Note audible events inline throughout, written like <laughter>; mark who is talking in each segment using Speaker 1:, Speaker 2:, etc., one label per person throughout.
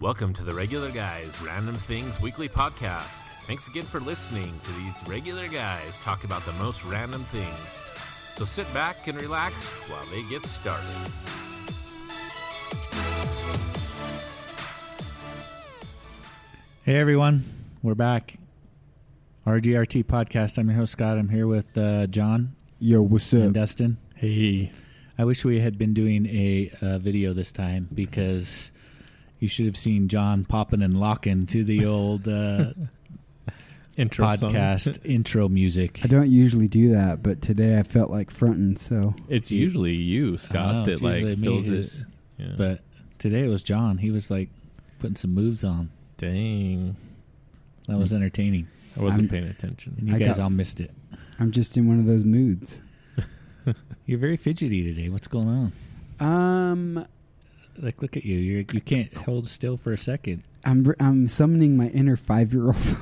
Speaker 1: Welcome to the Regular Guys Random Things Weekly Podcast. Thanks again for listening to these regular guys talk about the most random things. So sit back and relax while they get started.
Speaker 2: Hey everyone, we're back. RGRT podcast. I'm your host Scott. I'm here with uh, John
Speaker 3: Yo, what's
Speaker 2: and
Speaker 3: up?
Speaker 2: Dustin.
Speaker 4: Hey,
Speaker 2: I wish we had been doing a uh, video this time because you should have seen John popping and locking to
Speaker 4: <laughs>
Speaker 2: the old uh,
Speaker 4: intro
Speaker 2: podcast
Speaker 4: song. <laughs>
Speaker 2: intro music.
Speaker 3: I don't usually do that, but today I felt like fronting, so
Speaker 4: It's usually you,
Speaker 2: Oh, I know,
Speaker 4: Scott,
Speaker 2: it's
Speaker 4: that like
Speaker 2: usually me
Speaker 4: fills
Speaker 2: who's-
Speaker 4: it. Yeah.
Speaker 2: But today it was John. He was like putting some moves on.
Speaker 4: dang,
Speaker 2: That was entertaining.
Speaker 4: I wasn't
Speaker 3: I'm-
Speaker 4: paying
Speaker 2: And
Speaker 4: attention.
Speaker 2: you
Speaker 3: I
Speaker 2: guys
Speaker 3: got-
Speaker 2: all missed it.
Speaker 3: I'm just in one of those moods.
Speaker 2: You're very fidgety today. What's going on?
Speaker 3: Um,
Speaker 2: Like, look at you. You're, you
Speaker 4: <laughs>
Speaker 2: can't hold still for a second.
Speaker 3: I'm br- I'm summoning my inner five year old.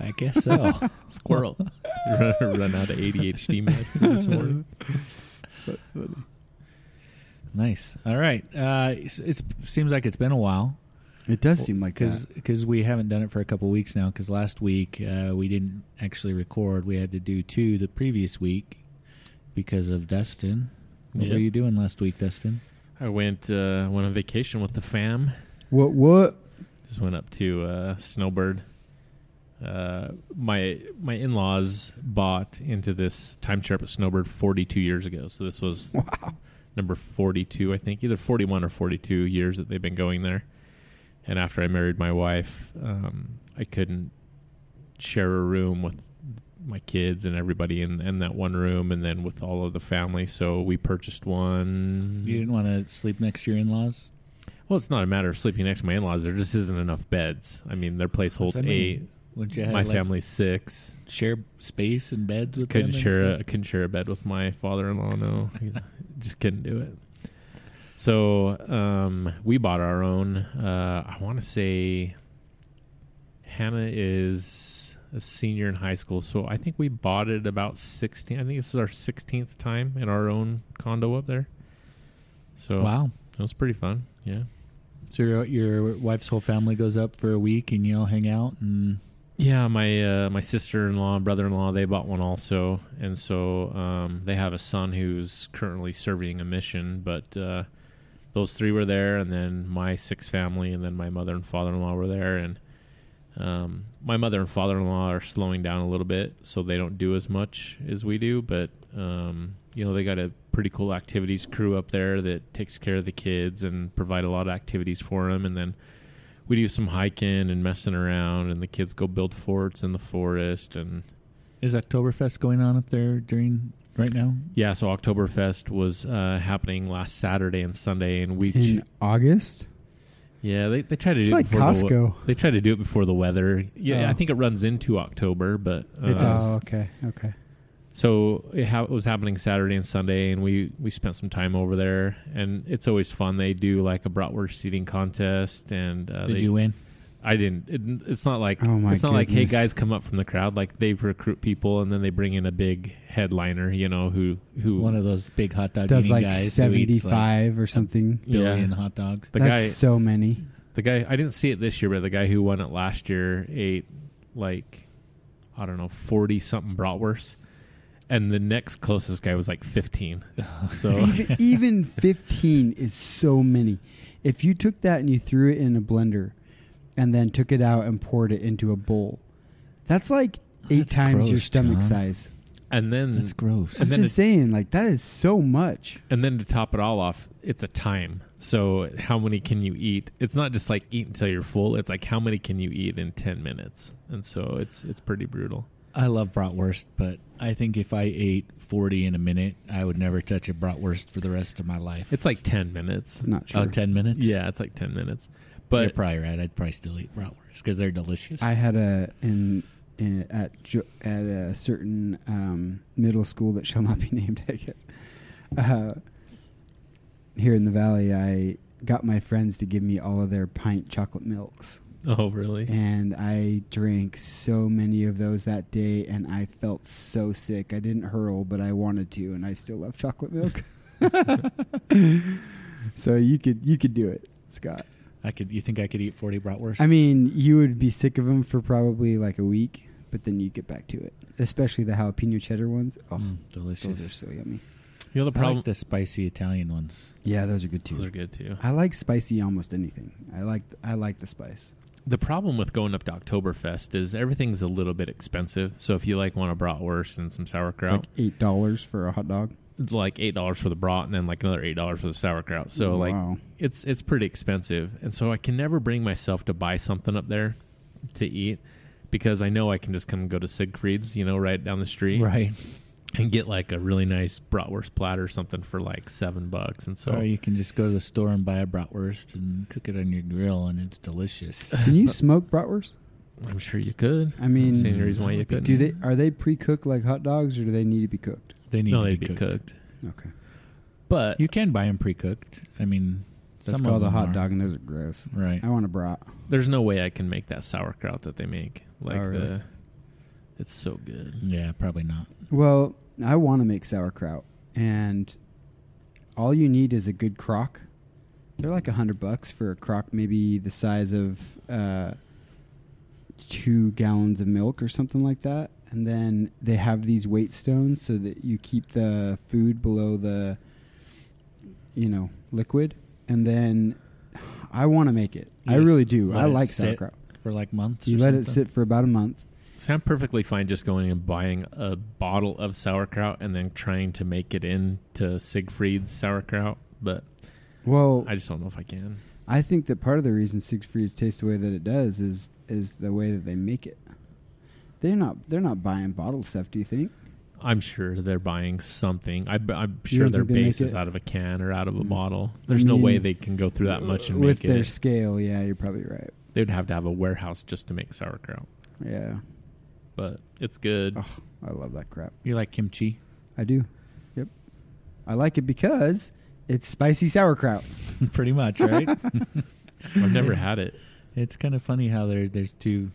Speaker 2: I
Speaker 4: <laughs>
Speaker 2: guess so.
Speaker 4: Squirrel, run, run out of <laughs> ADHD medicine this morning.
Speaker 2: <laughs> Nice. All right. Uh, it seems like it's been a while
Speaker 3: <laughs> It does seem like
Speaker 2: because
Speaker 3: that.
Speaker 2: we haven't done it for a couple weeks now. Because last week uh, we didn't actually record. We had to do two the previous week because of Dustin. What
Speaker 4: Yeah.
Speaker 2: were you doing last week, Dustin?
Speaker 4: I went uh, went on vacation with the fam.
Speaker 3: What what?
Speaker 4: Just went up to uh, Snowbird. Uh, my my in laws bought into this timeshare up at Snowbird 42 years ago. So this was
Speaker 3: Wow.
Speaker 4: number 42, I think, either 41 or 42 years that they've been going there. And after I married my wife, um, I couldn't share a room with my kids and everybody in, in that one room and then with all of the family. So we purchased one.
Speaker 2: You didn't want to sleep next to your in-laws.
Speaker 4: Well, it's not a matter of sleeping next to my in laws. There just isn't enough beds. I mean, their place holds
Speaker 2: I mean.
Speaker 4: eight,
Speaker 2: Wouldn't you have
Speaker 4: my
Speaker 2: like,
Speaker 4: family's six.
Speaker 2: share space and beds with
Speaker 4: couldn't
Speaker 2: them and
Speaker 4: share
Speaker 2: stuff?
Speaker 4: a, couldn't share a bed with my father-in-law
Speaker 2: <laughs>
Speaker 4: no <laughs> just couldn't do it so um we bought our own uh i want to say hannah is a senior in high school so i think we bought it about 16 i think this is our 16th time in our own condo up there so
Speaker 2: Wow.
Speaker 4: it was pretty fun yeah
Speaker 2: So your, your wife's whole family goes up for a week and you all hang out and
Speaker 4: Yeah, my uh, my sister in law, brother in law, they bought one also, and so um, they have a son who's currently serving a mission. But uh, those three were there, and then my six family, and then my mother and father in law were there, and um, my mother and father in law are slowing down a little bit, so they don't do as much as we do. But um, you know, they got a pretty cool activities crew up there that takes care of the kids and provide a lot of activities for them, and then we do some hiking and messing around, and the kids go build forts in the forest. And
Speaker 2: is Oktoberfest going on up there during right now?
Speaker 4: yeah, so Oktoberfest was uh, happening last Saturday and Sunday, and we
Speaker 3: In August?
Speaker 4: yeah they they try to
Speaker 3: It's
Speaker 4: do
Speaker 3: like
Speaker 4: it before the we-
Speaker 3: Costco.
Speaker 4: they try to do it before the weather. Yeah,
Speaker 3: Oh.
Speaker 4: I think it runs into October, but
Speaker 3: It
Speaker 4: uh,
Speaker 3: does. Oh, okay, okay.
Speaker 4: So it, ha- it was happening Saturday and Sunday, and we we spent some time over there, and it's always fun. They do like a bratwurst eating contest, and uh,
Speaker 2: Did
Speaker 4: they,
Speaker 2: you win?
Speaker 4: I didn't. It, it's not like
Speaker 3: Oh my
Speaker 4: it's not like hey
Speaker 3: goodness.
Speaker 4: guys come up from the crowd. Like they recruit people and then they bring in a big headliner, you know, who who
Speaker 2: One of those big hot dog
Speaker 3: Does
Speaker 2: eating
Speaker 3: like
Speaker 2: guys who
Speaker 3: seventy
Speaker 2: eats, like,
Speaker 3: five or something.
Speaker 4: Yeah.
Speaker 2: billion hot dogs.
Speaker 4: the
Speaker 3: That's
Speaker 4: guy
Speaker 3: so many.
Speaker 4: the guy I didn't see it this year, but the guy who won it last year ate like I don't know forty something bratwurst, and the next closest guy was
Speaker 2: <laughs>
Speaker 4: like fifteen. So <laughs>
Speaker 3: even, even 15 is so many. If you took that and you threw it in a blender and then took it out and poured it into a bowl, that's like eight
Speaker 2: Oh, That's
Speaker 3: times your
Speaker 2: gross,
Speaker 3: stomach
Speaker 2: John.
Speaker 3: size.
Speaker 4: and then
Speaker 2: That's gross.
Speaker 4: And
Speaker 3: I'm
Speaker 4: then
Speaker 3: just
Speaker 4: it-
Speaker 3: saying, like, that is so much.
Speaker 4: And then to top it all off, it's a time. So how many can you eat? It's not just like eat until you're full. It's like how many can you eat in ten minutes? And so it's it's pretty brutal.
Speaker 2: I love bratwurst, but I think if I ate 40 in a minute, I would never touch a bratwurst for the rest of my life.
Speaker 4: It's like ten minutes.
Speaker 3: It's not true.
Speaker 2: oh, 10 minutes?
Speaker 4: Yeah, it's like ten minutes.
Speaker 2: You're
Speaker 4: But
Speaker 2: probably right. I'd probably still eat bratwurst because they're delicious.
Speaker 3: I had a, in, in at, jo- at a certain um, middle school that shall not be <laughs> named, I guess, uh, here in the valley, I got my friends to give me all of their pint chocolate milks.
Speaker 4: oh really?
Speaker 3: and I drank so many of those that day, and I felt so sick. I didn't hurl, but I wanted to, and I still love <laughs> chocolate milk. so you could you could do it, Scott.
Speaker 2: I I could. You think I could eat forty bratwurst?
Speaker 3: I mean, you would be sick of them for probably like a week, but then you get back to it. Especially the jalapeno cheddar ones. Oh,
Speaker 2: Mm, delicious.
Speaker 3: those are so yummy.
Speaker 4: You know the
Speaker 2: I
Speaker 4: problem.
Speaker 2: like the spicy Italian ones.
Speaker 3: Yeah, those are good
Speaker 4: those are good too.
Speaker 3: I like spicy almost anything. I like I like the spice.
Speaker 4: The problem with going up to Oktoberfest is everything's a little bit expensive. So if you like want a bratwurst and some
Speaker 3: It's
Speaker 4: sauerkraut,
Speaker 3: like eight dollars for a hot dog.
Speaker 4: it's like eight dollars for the brat and then like another eight dollars for the sauerkraut. So like
Speaker 3: Wow.
Speaker 4: it's it's pretty expensive, and so I can never bring myself to buy something up there to eat because I know I can just come and go to Siegfried's, you know, right down the street,
Speaker 2: Right.
Speaker 4: and get like a really nice bratwurst platter or something for like seven bucks, and so
Speaker 2: or you can just go to the store and buy a bratwurst and cook it on your grill, and it's delicious.
Speaker 3: Can
Speaker 4: <laughs>
Speaker 3: you smoke bratwurst?
Speaker 4: I'm sure you could.
Speaker 3: I mean,
Speaker 4: see any reason why you couldn't.
Speaker 3: Do they are they pre-cooked like hot dogs, or do they need to be cooked?
Speaker 2: They need to
Speaker 4: no, they'd
Speaker 2: be cooked.
Speaker 3: Okay,
Speaker 4: But
Speaker 2: You can buy them pre-cooked. I mean,
Speaker 3: that's
Speaker 2: some of
Speaker 3: called a
Speaker 2: them
Speaker 3: hot
Speaker 2: are.
Speaker 3: dog, and those are gross.
Speaker 2: Right.
Speaker 3: I want a brat.
Speaker 4: there's no way I can make that sauerkraut that they make. Like
Speaker 3: Oh, really?
Speaker 4: the, it's so good.
Speaker 2: Yeah, probably not.
Speaker 3: Well, I want to make sauerkraut, and all you need is a good crock. They're like a hundred bucks for a crock, maybe the size of uh, two gallons of milk or something like that. And then they have these weight stones so that you keep the food below the, you know, liquid. And then I want to make it.
Speaker 2: You
Speaker 3: I
Speaker 2: just
Speaker 3: really do.
Speaker 2: let
Speaker 3: I
Speaker 2: it
Speaker 3: like
Speaker 2: sit
Speaker 3: sauerkraut.
Speaker 2: for like months.
Speaker 3: You
Speaker 2: or
Speaker 3: let it
Speaker 2: something.
Speaker 3: sit for about a month.
Speaker 4: So I'm perfectly fine just going and buying a bottle of sauerkraut and then trying to make it into Siegfried's sauerkraut, but
Speaker 3: Well,
Speaker 4: I just don't know if I can.
Speaker 3: I think that part of the reason Siegfried's tastes the way that it does is is the way that they make it. They're not they're not buying bottled stuff. Do you think?
Speaker 4: I'm sure they're buying something. I, am
Speaker 3: You
Speaker 4: sure
Speaker 3: don't
Speaker 4: their
Speaker 3: think they make
Speaker 4: base is
Speaker 3: it?
Speaker 4: out of a can or out of a
Speaker 3: Mm.
Speaker 4: bottle.
Speaker 3: I
Speaker 4: There's no way
Speaker 3: mean,
Speaker 4: they can go through that much and
Speaker 3: With
Speaker 4: make
Speaker 3: their
Speaker 4: it.
Speaker 3: scale, yeah, you're probably right.
Speaker 4: They'd have to have a warehouse just to make sauerkraut,
Speaker 3: Yeah,
Speaker 4: but it's good.
Speaker 3: Oh. I love that crap.
Speaker 2: You like kimchi? <laughs>
Speaker 3: I do. Yep, I like it because it's spicy sauerkraut.
Speaker 2: Pretty much,
Speaker 3: <laughs>
Speaker 2: right? <laughs>
Speaker 4: I've never had it.
Speaker 2: it's kind of funny how there there's two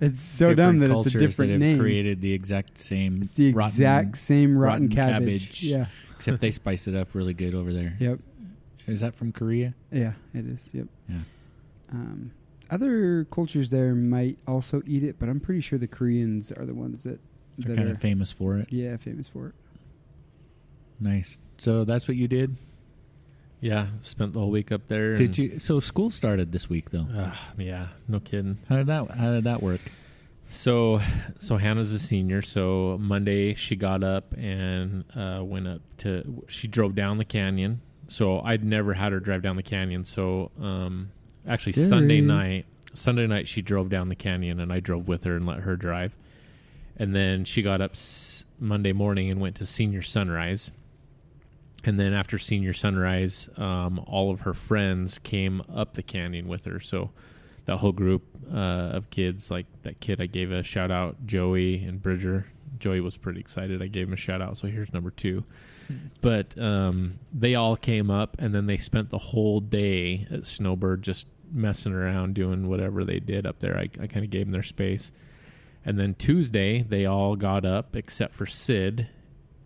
Speaker 3: It's so
Speaker 2: different
Speaker 3: dumb that it's
Speaker 2: cultures
Speaker 3: a different
Speaker 2: that have
Speaker 3: name.
Speaker 2: created the exact same.
Speaker 3: it's the
Speaker 2: rotten-
Speaker 3: exact same rotten,
Speaker 2: rotten
Speaker 3: cabbage.
Speaker 2: cabbage.
Speaker 3: Yeah.
Speaker 2: except they spice it up really good over there.
Speaker 3: Yep.
Speaker 2: Is that from Korea?
Speaker 3: Yeah. It is. Yep.
Speaker 2: Yeah.
Speaker 3: Um, other cultures there might also eat it, but I'm pretty sure the Koreans are the ones that
Speaker 2: They're
Speaker 3: that
Speaker 2: kind
Speaker 3: are
Speaker 2: of famous for it.
Speaker 3: yeah famous for it.
Speaker 2: Nice. So that's what you did.
Speaker 4: Yeah, spent the whole week up there.
Speaker 2: Did
Speaker 4: and-
Speaker 2: you? So school started this week though.
Speaker 4: Ah, <sighs> yeah, no kidding.
Speaker 2: How did that? How did that work?
Speaker 4: So, so Hannah's a senior. So Monday she got up and uh, went up to. She drove down the canyon. So I'd never had her drive down the canyon. So um, actually
Speaker 3: Scary.
Speaker 4: Sunday night, Sunday night she drove down the canyon and I drove with her and let her drive. And then she got up s- Monday morning and went to senior sunrise. And then after senior sunrise, um, all of her friends came up the canyon with her. So that whole group uh, of kids, like that kid I gave a shout out, Joey and Bridger. Joey was pretty excited. I gave him a shout out. So here's number two. But um, they all came up and then they spent the whole day at Snowbird just messing around, doing whatever they did up there. I, I kind of gave them their space. And then Tuesday, they all got up except for Sid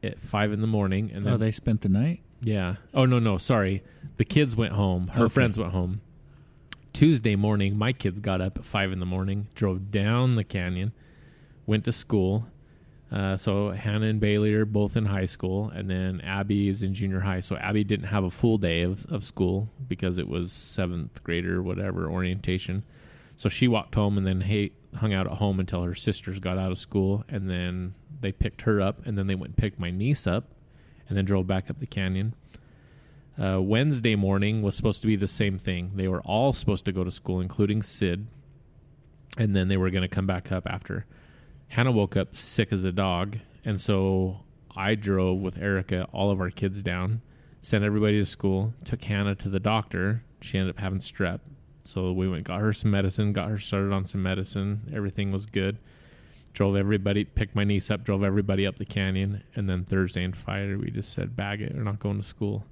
Speaker 4: at five in the morning. And then
Speaker 2: Oh, they spent the night.
Speaker 4: yeah. Oh no, no, sorry. The kids went home. Her
Speaker 2: Okay.
Speaker 4: friends went home. Tuesday morning, my kids got up at five in the morning, drove down the canyon, went to school. Uh, so Hannah and Bailey are both in high school, and then Abby is in junior high. So Abby didn't have a full day of, of school because it was seventh grader, whatever orientation. So she walked home and then hey, hung out at home until her sisters got out of school, and then they picked her up, and then they went and picked my niece up, and then drove back up the canyon. Uh, Wednesday morning was supposed to be the same thing. They were all supposed to go to school, including Sid, and then they were going to come back up after. Hannah woke up sick as a dog, and so I drove with Erica all of our kids down, sent everybody to school, took Hannah to the doctor. She ended up having strep, so we went and got her some medicine, got her started on some medicine. Everything was good. Drove everybody, picked my niece up, drove everybody up the canyon, and then Thursday and Friday we just said bag it, we're not going to school.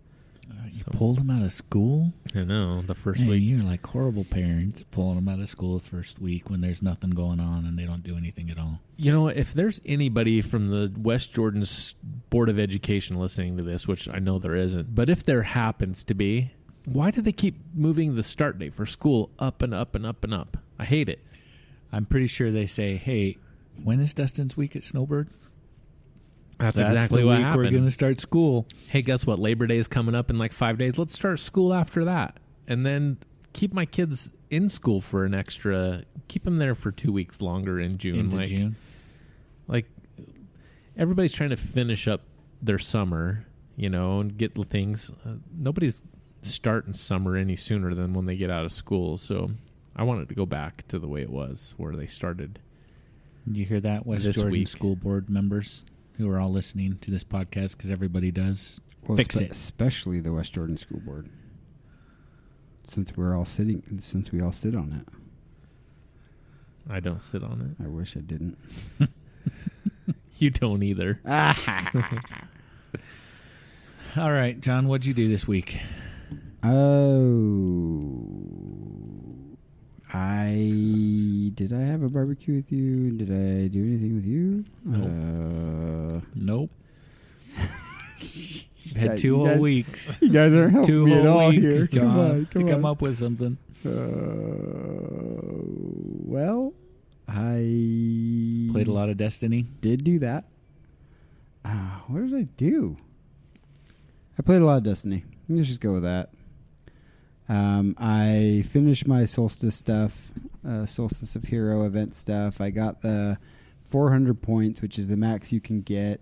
Speaker 2: You
Speaker 4: So-
Speaker 2: pulled them out of school.
Speaker 4: I know the first
Speaker 2: Man,
Speaker 4: week.
Speaker 2: you're like horrible parents pulling them out of school the first week when there's nothing going on and they don't do anything at all.
Speaker 4: You know, if there's anybody from the West Jordan's Board of Education listening to this, which I know there isn't, but if there happens to be, Why do they keep moving the start date for school up and up and up and up? I hate it.
Speaker 2: I'm pretty sure they say, "Hey, when is Dustin's week at Snowbird?"
Speaker 4: That's,
Speaker 2: That's
Speaker 4: exactly
Speaker 2: the
Speaker 4: what
Speaker 2: week
Speaker 4: happened.
Speaker 2: We're going to start school.
Speaker 4: hey, guess what? Labor Day is coming up in like five days. Let's start school after that, and then keep my kids in school for an extra. Keep them there for two weeks longer in June.
Speaker 2: into
Speaker 4: like,
Speaker 2: June.
Speaker 4: like everybody's trying to finish up their summer, you know, and get the things. Uh, nobody's starting summer any sooner than when they get out of school. So I wanted to go back to the way it was, where they started.
Speaker 2: You hear that, West
Speaker 4: This
Speaker 2: Jordan
Speaker 4: week.
Speaker 2: School Board members who are all listening to this podcast because everybody does.
Speaker 3: Well,
Speaker 2: Fix it.
Speaker 3: Especially the West Jordan School Board. Since we're all sitting, since we all sit on it,
Speaker 4: I don't sit on it. <laughs>
Speaker 3: I wish I didn't.
Speaker 4: You don't either.
Speaker 2: All right, John, what'd you do this week?
Speaker 3: Oh, I did. I have a barbecue with you. Did I do anything with you? Uh, <laughs>
Speaker 2: Nope.
Speaker 3: Yeah,
Speaker 2: Had two
Speaker 3: you
Speaker 2: whole
Speaker 3: guys- <laughs>
Speaker 2: weeks.
Speaker 3: you guys aren't helping
Speaker 2: Two
Speaker 3: me at all
Speaker 2: whole weeks,
Speaker 3: here.
Speaker 2: John,
Speaker 3: Come on, come
Speaker 2: to come
Speaker 3: on.
Speaker 2: up with something.
Speaker 3: Uh, well, I
Speaker 2: Played a lot of Destiny.
Speaker 3: Did do that. Uh, what did I do? I played a lot of Destiny. Let's just go with that. Um, I finished my Solstice stuff, uh, Solstice of Hero event stuff. I got the 400 points, which is the max you can get.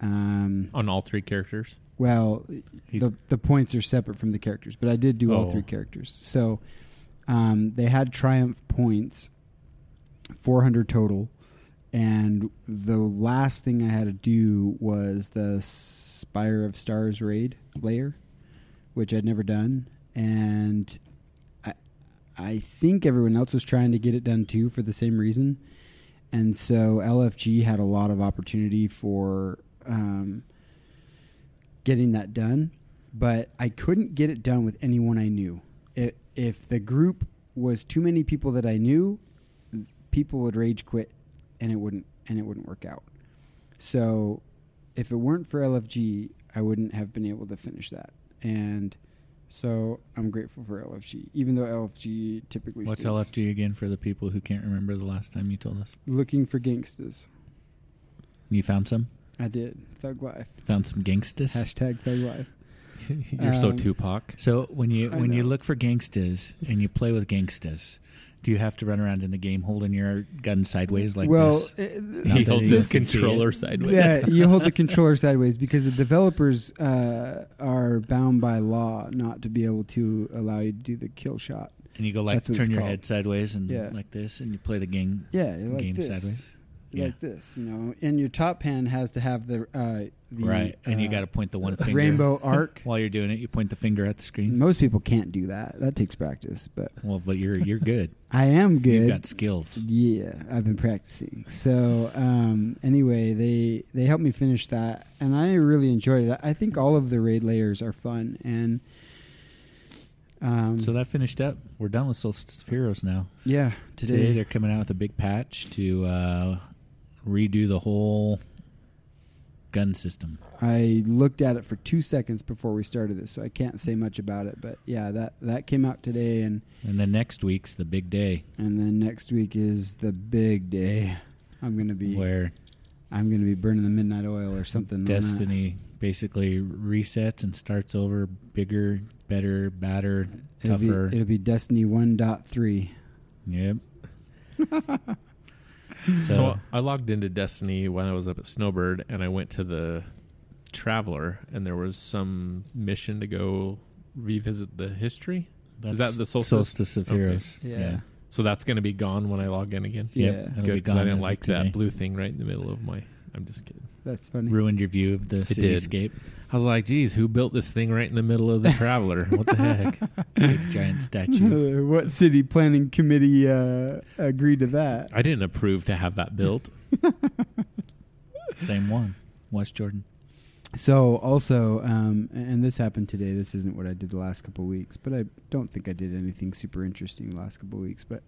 Speaker 3: Um,
Speaker 4: On all three characters. <laughs>
Speaker 3: well,
Speaker 2: He's-
Speaker 3: the, the points are separate from the characters, but I did do all
Speaker 4: Oh.
Speaker 3: three characters. So um, they had triumph points, 400 total. And the last thing I had to do was the Spire of Stars raid layer, which I'd never done. And I, I think everyone else was trying to get it done too for the same reason. And so LFG had a lot of opportunity for um, getting that done, but I couldn't get it done with anyone I knew. If, if the group was too many people that I knew, people would rage quit, and it wouldn't and it wouldn't work out. So, if it weren't for LFG, I wouldn't have been able to finish that. And so, I'm grateful for LFG, even though LFG typically
Speaker 2: What's
Speaker 3: stinks.
Speaker 2: LFG again for the people who can't remember the last time you told us?
Speaker 3: Looking for gangsters.
Speaker 2: You found some?
Speaker 3: I did thug life.
Speaker 2: Found some gangsters?
Speaker 3: Hashtag thug life.
Speaker 4: You're so
Speaker 3: Um, <laughs>
Speaker 4: Tupac. <laughs>
Speaker 2: So when you
Speaker 3: I
Speaker 2: when you
Speaker 3: know.
Speaker 2: look for gangsters and you play with gangsters, do you have to run around in the game holding your gun sideways like
Speaker 3: well,
Speaker 2: this?
Speaker 3: it-
Speaker 2: Not
Speaker 4: He
Speaker 2: that
Speaker 4: holds
Speaker 2: he
Speaker 4: his
Speaker 2: can see it.
Speaker 4: controller
Speaker 2: <laughs>
Speaker 4: sideways.
Speaker 3: Yeah, you <laughs> hold the controller sideways because the developers uh, are bound by law not to be able to allow you to do the kill shot.
Speaker 2: And you go like
Speaker 3: That's what
Speaker 2: turn
Speaker 3: it's
Speaker 2: your
Speaker 3: called.
Speaker 2: head sideways and
Speaker 3: Yeah.
Speaker 2: like this, and you play the gang
Speaker 3: Yeah, you're like
Speaker 2: game
Speaker 3: this,
Speaker 2: sideways.
Speaker 3: You're
Speaker 2: Yeah.
Speaker 3: like this, you know. And your top hand has to have the uh, the
Speaker 2: right, and you
Speaker 3: uh,
Speaker 2: got to point the one finger.
Speaker 3: rainbow
Speaker 2: <laughs>
Speaker 3: arc.
Speaker 2: While you're doing it, you point the finger at the screen.
Speaker 3: Most people can't do that. That takes practice, but
Speaker 2: Well, but you're you're good.
Speaker 3: I am <laughs> good.
Speaker 2: You've got skills.
Speaker 3: Yeah, I've been practicing. So um, anyway, they they helped me finish that, and I really enjoyed it. I think all of the raid layers are fun, and um,
Speaker 2: So that finished up. We're done with Solstice of Heroes now.
Speaker 3: yeah,
Speaker 2: Today,
Speaker 3: today,
Speaker 2: they're coming out with a big patch to uh, redo the whole gun system.
Speaker 3: I looked at it for two seconds before we started this, so I can't say much about it. But yeah, that that came out today, and
Speaker 2: And then next week's the big day
Speaker 3: and then next week is the big day. I'm gonna be
Speaker 2: where
Speaker 3: I'm gonna be burning the midnight oil or something. on that.
Speaker 2: Destiny basically resets and starts over bigger, better, badder,
Speaker 3: It'll be,
Speaker 2: tougher.
Speaker 3: it'll be Destiny 1.3. <laughs>
Speaker 2: yep.
Speaker 4: <laughs> So,
Speaker 2: so
Speaker 4: I logged into Destiny when I was up at Snowbird, and I went to the Traveler, and there was some mission to go revisit the history.
Speaker 2: that's
Speaker 4: that the Solstice?
Speaker 2: of
Speaker 4: Okay.
Speaker 2: Heroes.
Speaker 3: Yeah.
Speaker 4: So that's going to be gone when I log in again.
Speaker 2: Yep.
Speaker 3: Yeah.
Speaker 2: It'll be
Speaker 4: Good, because
Speaker 2: gone
Speaker 4: I
Speaker 2: as
Speaker 4: didn't
Speaker 2: of
Speaker 4: like
Speaker 2: today.
Speaker 4: that blue thing right in the middle of my. I'm just kidding.
Speaker 3: That's funny.
Speaker 2: Ruined your view of the
Speaker 4: did.
Speaker 2: cityscape.
Speaker 4: I was like, "Geez, who built this thing right in the middle <laughs> of the Traveler? What the heck?"
Speaker 2: Big
Speaker 3: <laughs>
Speaker 2: giant statue.
Speaker 3: what city planning committee uh, agreed to that?
Speaker 4: <laughs> I didn't approve to have that built.
Speaker 2: Same one. West Jordan.
Speaker 3: So also, um, and this happened today. This isn't what I did the last couple of weeks, but I don't think I did anything super interesting the last couple of weeks. But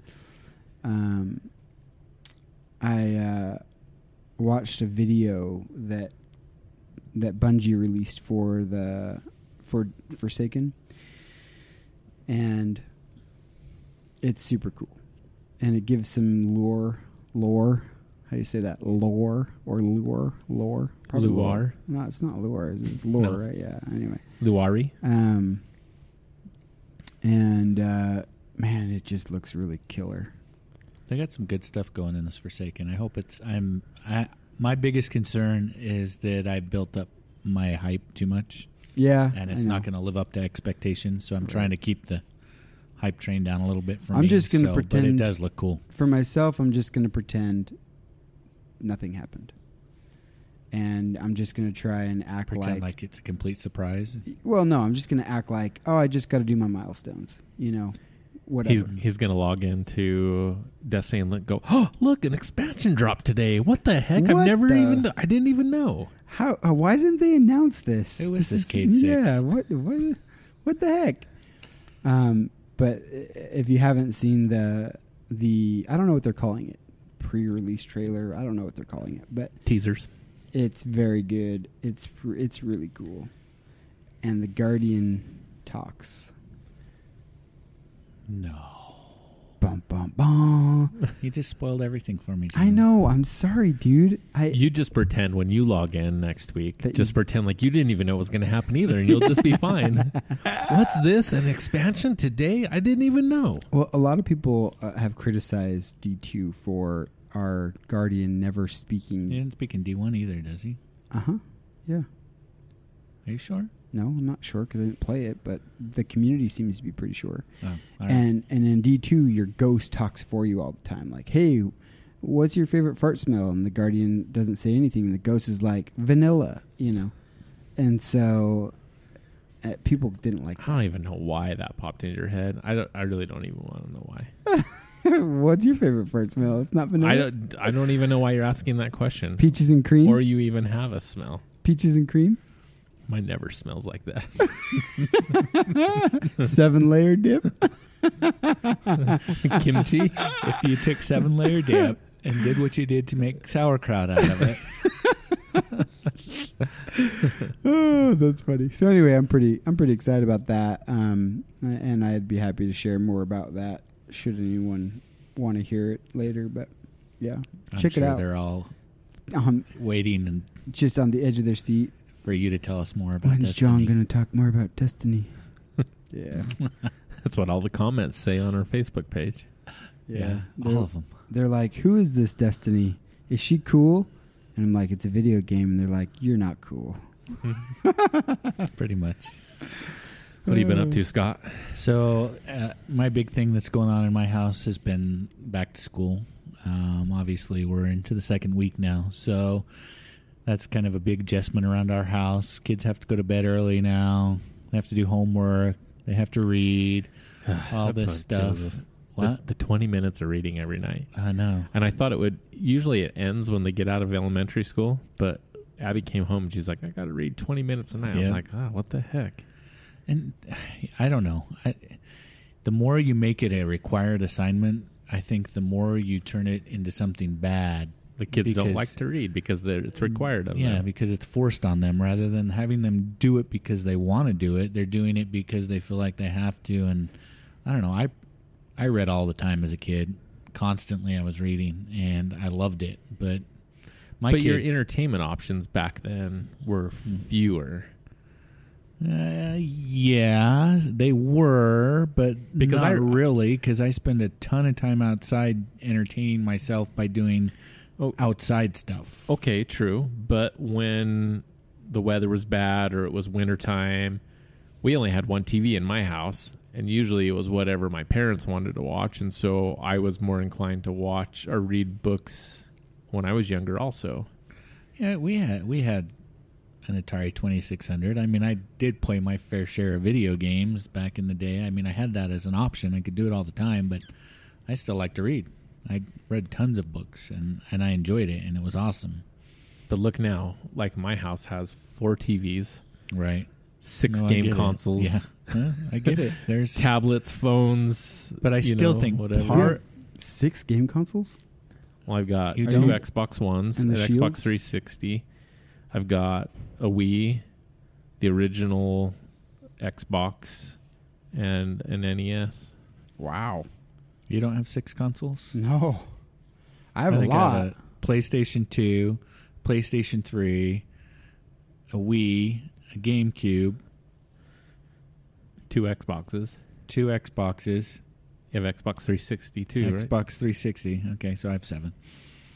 Speaker 3: um, I uh, watched a video that that Bungie released for the for Forsaken, and it's super cool, and it gives some lore, lore. How do you say that? Lore or lure, lore?
Speaker 4: Luar.
Speaker 3: No, it's not lore. It's just lore,
Speaker 4: No.
Speaker 3: right? Yeah. Anyway,
Speaker 4: Luari.
Speaker 3: um, and uh, man, it just looks really killer.
Speaker 2: They got some good stuff going in this Forsaken. I hope it's. I'm. I my biggest concern is that I built up my hype too much,
Speaker 3: Yeah,
Speaker 2: and
Speaker 3: I
Speaker 2: it's not
Speaker 3: know.
Speaker 2: going to live up to expectations. So I'm
Speaker 3: Right.
Speaker 2: trying to keep the hype train down a little bit for
Speaker 3: I'm
Speaker 2: me.
Speaker 3: just gonna
Speaker 2: so- But it
Speaker 3: pretend-
Speaker 2: does look cool.
Speaker 3: for myself, I'm just going to pretend nothing happened. And I'm just going to try and act
Speaker 2: Pretend
Speaker 3: like,
Speaker 2: like it's a complete surprise.
Speaker 3: Well, no, I'm just going to act like, oh, I just got to do my milestones, you know, whatever.
Speaker 4: He's he's gonna log into Destiny and look, go. <gasps> Oh, look, an expansion dropped today. What the heck?
Speaker 3: What
Speaker 4: I've never
Speaker 3: the-
Speaker 4: even. I didn't even know.
Speaker 3: How? Uh, why didn't they announce this?
Speaker 2: It was this Cade
Speaker 3: is-
Speaker 2: Six.
Speaker 3: Yeah. What? What? What the heck? Um, but i- if you haven't seen the the, I don't know what they're calling it, pre-release trailer. I don't know what they're calling it, but
Speaker 4: Teasers.
Speaker 3: It's very good. It's r- it's really cool, and the Guardian talks.
Speaker 2: No,
Speaker 3: Bum bum bum.
Speaker 2: you just spoiled everything for me. <laughs>
Speaker 3: I
Speaker 2: Jim.
Speaker 3: know. I'm sorry, dude. I
Speaker 4: You just pretend when you log in next week.
Speaker 3: That
Speaker 4: just
Speaker 3: you-
Speaker 4: pretend like you didn't even know it was going to happen either, and you'll just <laughs> be fine. What's this? An expansion today? I didn't even know.
Speaker 3: well, a lot of people uh, have criticized D2 for our Guardian never speaking.
Speaker 2: He didn't speak in D1 either, does he?
Speaker 3: Uh huh. Yeah.
Speaker 2: Are you sure?
Speaker 3: No, I'm not sure because I didn't play it, but the community seems to be pretty sure.
Speaker 2: Oh, all right.
Speaker 3: And and in D two, your ghost talks for you all the time. Like, hey, what's your favorite fart smell? And the guardian doesn't say anything. And the ghost is like vanilla, you know. And so, uh, people didn't like. <laughs>
Speaker 4: I don't even know why that popped into your head. I don't. I really don't even want to know why.
Speaker 3: what's your favorite fart smell? It's not vanilla.
Speaker 4: I don't. I don't even know why you're asking that question,
Speaker 3: Peaches and cream.
Speaker 4: or you even have a smell.
Speaker 3: Peaches and
Speaker 4: <laughs>
Speaker 3: cream.
Speaker 4: Mine never smells
Speaker 2: <laughs>
Speaker 4: like that.
Speaker 3: Seven layer dip.
Speaker 4: Kimchi.
Speaker 2: if you took seven layer dip and did what you did to make sauerkraut out of
Speaker 3: <laughs>
Speaker 2: it,
Speaker 3: oh, that's funny. So anyway, I'm pretty I'm pretty excited about that. Um, and I'd be happy to share more about that should anyone want to hear it later. But yeah,
Speaker 2: I'm
Speaker 3: check
Speaker 2: sure
Speaker 3: it out.
Speaker 2: They're all
Speaker 3: Um,
Speaker 2: waiting and
Speaker 3: just on the edge of their seat.
Speaker 2: for you to tell us more about
Speaker 3: When's John
Speaker 2: Destiny.
Speaker 3: going to talk more about Destiny?
Speaker 2: <laughs>
Speaker 3: yeah,
Speaker 4: That's what all the comments say on our Facebook page.
Speaker 2: yeah,
Speaker 3: They're,
Speaker 2: all of them.
Speaker 3: they're like, "Who is this Destiny? Is she cool?" And I'm like, "It's a video game." And they're like, "You're not cool."
Speaker 2: pretty much.
Speaker 4: What have you been up to, Scott? <sighs>
Speaker 2: So, uh, my big thing that's going on in my house has been back to school. Um, obviously, we're into the second week now, so that's kind of a big adjustment around our house. Kids have to go to bed early now. They have to do homework. They have to read. All this
Speaker 4: That's what kills
Speaker 2: stuff.
Speaker 4: us. The-
Speaker 2: What?
Speaker 4: the twenty minutes of reading every night.
Speaker 2: I know.
Speaker 4: And I thought it would usually it ends when they get out of elementary school, but Abby came home and she's like, I gotta read twenty minutes a night. I was
Speaker 2: Yeah.
Speaker 4: like, Ah, what the heck?
Speaker 2: And <sighs> I don't know. I, the more you make it a required assignment, I think the more you turn it into something bad.
Speaker 4: The kids don't
Speaker 2: Because-
Speaker 4: like to read because they're, it's required of
Speaker 2: Yeah,
Speaker 4: them.
Speaker 2: because it's forced on them rather than having them do it because they want to do it. They're doing it because they feel like they have to. And I don't know. I I read all the time as a kid. Constantly, I was reading, and I loved it. But my
Speaker 4: But your
Speaker 2: kids,
Speaker 4: entertainment options back then were fewer.
Speaker 2: Uh, yeah, they were, but
Speaker 4: Because
Speaker 2: because
Speaker 4: I-
Speaker 2: I really because I spend a ton of time outside entertaining myself by doing
Speaker 4: Oh.
Speaker 2: outside stuff.
Speaker 4: Okay, true. But when the weather was bad or it was wintertime, we only had one TV in my house. And usually it was whatever my parents wanted to watch. And so I was more inclined to watch or read books when I was younger, also.
Speaker 2: Yeah, we had we had an Atari Twenty Six Hundred. I mean, I did play my fair share of video games back in the day. I mean, I had that as an option. I could do it all the time, but I still like to read. I read tons of books, and and I enjoyed it, and it was awesome.
Speaker 4: But look now, like my house has four TVs,
Speaker 2: Right.
Speaker 4: six
Speaker 2: No, I
Speaker 4: game
Speaker 2: get it.
Speaker 4: consoles,
Speaker 2: Yeah, Huh? I get it.
Speaker 4: <laughs>
Speaker 2: There's
Speaker 4: tablets, phones.
Speaker 2: But I
Speaker 4: you
Speaker 2: still
Speaker 4: know,
Speaker 2: think
Speaker 4: whatever.
Speaker 3: We have
Speaker 2: part-
Speaker 3: six game consoles.
Speaker 4: Well, I've got
Speaker 2: You
Speaker 4: two
Speaker 2: don't-
Speaker 4: Xbox Ones,
Speaker 3: And
Speaker 4: an
Speaker 3: the
Speaker 4: Xbox
Speaker 3: Shields?
Speaker 4: 360. I've got a Wii, the original Xbox, and an E NES.
Speaker 3: Wow.
Speaker 2: You don't have six consoles?
Speaker 3: No. I have a
Speaker 2: think
Speaker 3: lot.
Speaker 2: I have a PlayStation 2, PlayStation 3, a Wii, a GameCube,
Speaker 4: Two Xboxes.
Speaker 2: two Xboxes,
Speaker 4: You have Xbox 360 too, right?
Speaker 2: Xbox 360. Okay, so I have seven.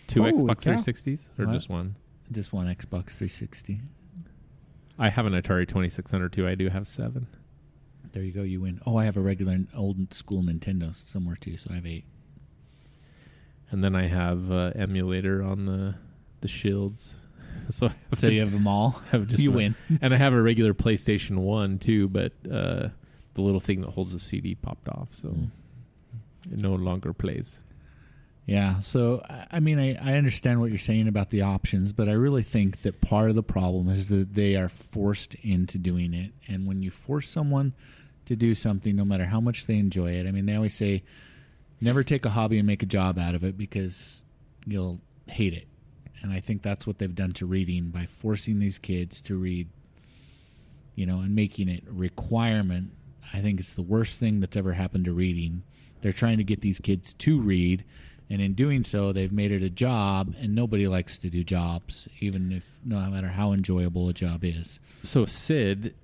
Speaker 4: Two
Speaker 3: Holy
Speaker 4: Xbox
Speaker 3: cow.
Speaker 4: 360s or
Speaker 2: What?
Speaker 4: just one?
Speaker 2: Just one Xbox 360.
Speaker 4: I have an Atari 2600 too. I do have seven.
Speaker 2: There you go. You win. Oh, I have a regular old school Nintendo somewhere too, so I have eight.
Speaker 4: And then I have uh, emulator on the the shields. <laughs> So I have
Speaker 2: So you have them
Speaker 4: <laughs>
Speaker 2: all.
Speaker 4: have just
Speaker 2: you
Speaker 4: my-
Speaker 2: win.
Speaker 4: and I have a regular PlayStation One too, but uh, the little thing that holds the CD popped off, so
Speaker 2: Mm.
Speaker 4: it no longer plays.
Speaker 2: Yeah. So, I- I mean, I, I understand what you're saying about the options, but I really think that part of the problem is that they are forced into doing it. And when you force someone to do something, no matter how much they enjoy it, I mean, they always say, never take a hobby and make a job out of it because you'll hate it. And I think that's what they've done to reading by forcing these kids to read, you know, and making it a requirement. I think it's the worst thing that's ever happened to reading. They're trying to get these kids to read, and in doing so, they've made it a job, and nobody likes to do jobs, even if no matter how enjoyable a job is.
Speaker 4: So Sid,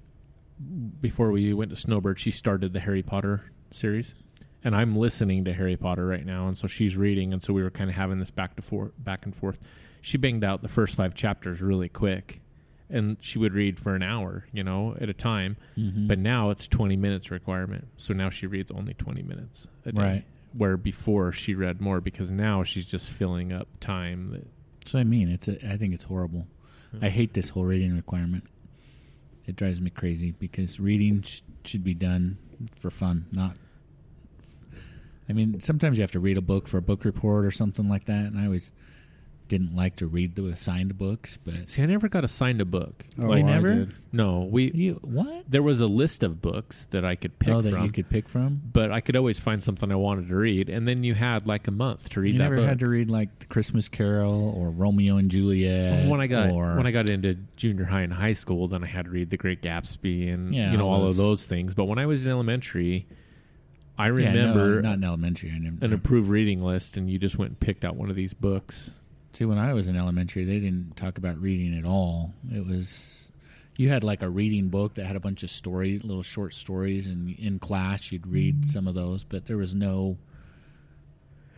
Speaker 4: before we went to Snowbird, she started the Harry Potter series, and I'm listening to Harry Potter right now, and so she's reading, and so we were kind of having this back to forth, back and forth. She banged out the first five chapters really quick, and she would read for an hour, you know, at a time.
Speaker 2: Mm.
Speaker 4: But now it's 20 minutes requirement, so now she reads only 20 minutes a day.
Speaker 2: Right.
Speaker 4: Where before she read more because now she's just filling up time that
Speaker 2: That's what I mean. It's a, I think it's horrible.
Speaker 4: Hmm.
Speaker 2: I hate this whole reading requirement. It drives me crazy because reading sh- should be done for fun, not. I mean, sometimes you have to read a book for a book report or something like that, and I always didn't like to read the assigned books. But
Speaker 4: See, I never got assigned a book.
Speaker 3: Oh,
Speaker 4: Like,
Speaker 2: You
Speaker 3: I
Speaker 2: never?
Speaker 3: did.
Speaker 4: no, we
Speaker 2: you what?
Speaker 4: there was a list of books that I could pick
Speaker 2: oh, that
Speaker 4: from,
Speaker 2: you could pick from.
Speaker 4: but I could always find something I wanted to read, and then you had like a month to read
Speaker 2: You
Speaker 4: that
Speaker 2: never
Speaker 4: book.
Speaker 2: had to read like the Christmas Carol or Romeo and Juliet.
Speaker 4: when I got
Speaker 2: or
Speaker 4: when I got into junior high and high school, then I had to read The Great Gatsby and
Speaker 2: Yeah,
Speaker 4: you know all
Speaker 2: those-
Speaker 4: of those things. But when I was in elementary, I
Speaker 2: Yeah, no,
Speaker 4: remember
Speaker 2: not in elementary. I never,
Speaker 4: an approved reading list, and you just went and picked out one of these books.
Speaker 2: See, when I was in elementary, they didn't talk about reading at all. It was you had like a reading book that had a bunch of stories, little short stories, and in class you'd read some of those, but there was no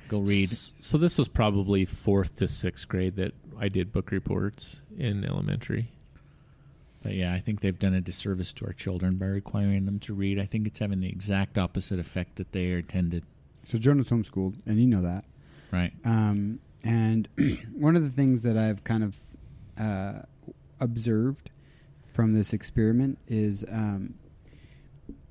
Speaker 2: go read.
Speaker 4: S- So this was probably fourth to sixth grade that I did book reports in elementary.
Speaker 2: But yeah, I think they've done a disservice to our children by requiring them to read. I think it's having the exact opposite effect that they are intended.
Speaker 3: So Jonah's homeschooled, and you know that.
Speaker 2: Right.
Speaker 3: Um, and <clears throat> one of the things that I've kind of uh, observed from this experiment is um,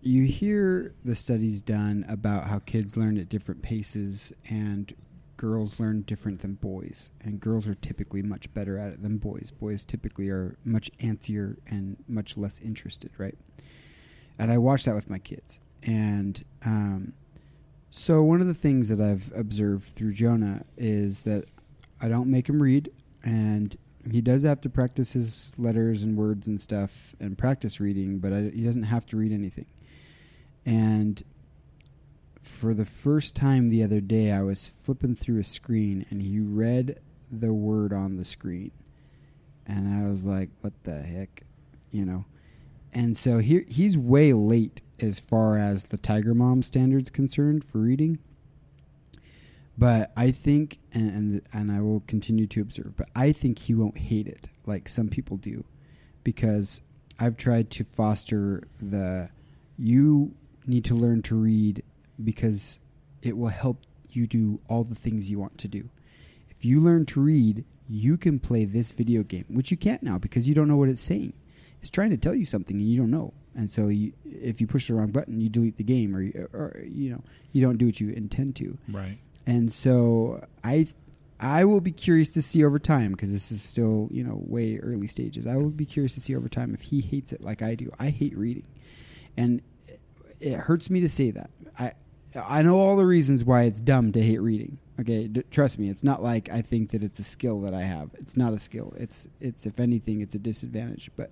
Speaker 3: you hear the studies done about how kids learn at different paces and girls learn different than boys and girls are typically much better at it than boys boys typically are much antsier and much less interested right and i watch that with my kids and um, so one of the things that I've observed through Jonah is that I don't make him read, and he does have to practice his letters and words and stuff and practice reading, but I, he doesn't have to read anything. And for the first time the other day, I was flipping through a screen, and he read the word on the screen, and I was like, "What the heck," you know. And so he he's way late as far as the Tiger Mom standards concerned for reading. But I think, and, and and I will continue to observe, but I think he won't hate it like some people do, because I've tried to foster the you need to learn to read because it will help you do all the things you want to do. If you learn to read, you can play this video game, which you can't now because you don't know what it's saying. It's trying to tell you something and you don't know. And so you, if you push the wrong button, you delete the game or, you- or you know, you don't do what you intend to.
Speaker 2: Right.
Speaker 3: And so I I will be curious to see over time because this is still, you know, way early stages. I will be curious to see over time if he hates it like I do. I hate reading. And it hurts me to say that. I I know all the reasons why it's dumb to hate reading. Okay, d- trust me, it's not like I think that it's a skill that I have. It's not a skill. It's it's if anything, it's a disadvantage, but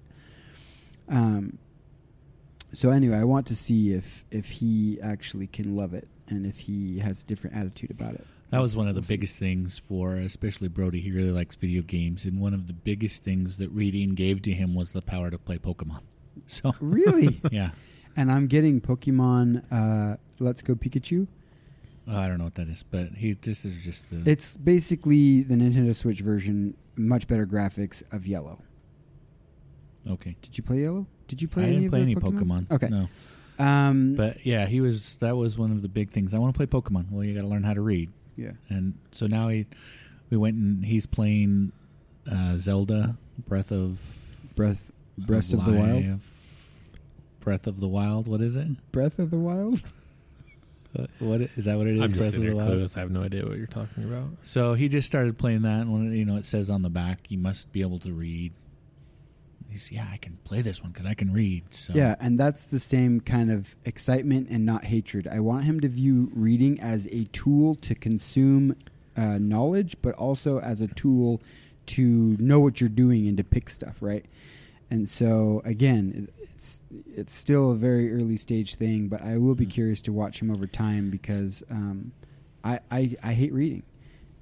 Speaker 3: um so anyway, I want to see if if he actually can love it and if he has a different attitude about it.
Speaker 2: That was one of the
Speaker 3: We'll see.
Speaker 2: biggest things for, especially Brody. He really likes video games, and one of the biggest things that reading gave to him was the power to play Pokemon. So,
Speaker 3: Really?
Speaker 2: <laughs> yeah,
Speaker 3: and I'm getting Pokemon uh, Let's Go Pikachu.
Speaker 2: Uh, I don't know what that is, but he this is just the
Speaker 3: It's basically the Nintendo Switch version, much better graphics of Yellow.
Speaker 2: okay.
Speaker 3: Did you play Yellow? Did you play
Speaker 2: I
Speaker 3: any
Speaker 2: didn't
Speaker 3: of
Speaker 2: play
Speaker 3: the
Speaker 2: any
Speaker 3: Pokemon?
Speaker 2: Pokemon.
Speaker 3: Okay.
Speaker 2: no,
Speaker 3: Um,
Speaker 2: but yeah, he was. That was one of the big things. I want to play Pokemon. Well, you got to learn how to read,
Speaker 3: yeah.
Speaker 2: and so now he, we went and he's playing uh, Zelda Breath of
Speaker 3: Breath Breath of the Wild.
Speaker 2: Life- Breath of the Wild. What is it?
Speaker 3: Breath of the Wild?
Speaker 2: What- What i- is that? What it is?
Speaker 4: I'm
Speaker 2: Breath
Speaker 4: just
Speaker 2: of
Speaker 4: sitting
Speaker 2: the
Speaker 4: here
Speaker 2: Wild.
Speaker 4: clueless. I have no idea what you're talking about.
Speaker 2: So he just started playing that, and when, you know it says on the back you must be able to read. He's yeah, I can play this one because I can read. So
Speaker 3: Yeah, and that's the same kind of excitement and not hatred. I want him to view reading as a tool to consume uh, knowledge, but also as a tool to know what you're doing and to pick stuff, right? And so again, it- it's it's still a very early stage thing, but I will be
Speaker 2: Mhm.
Speaker 3: curious to watch him over time because um, I, I I hate reading,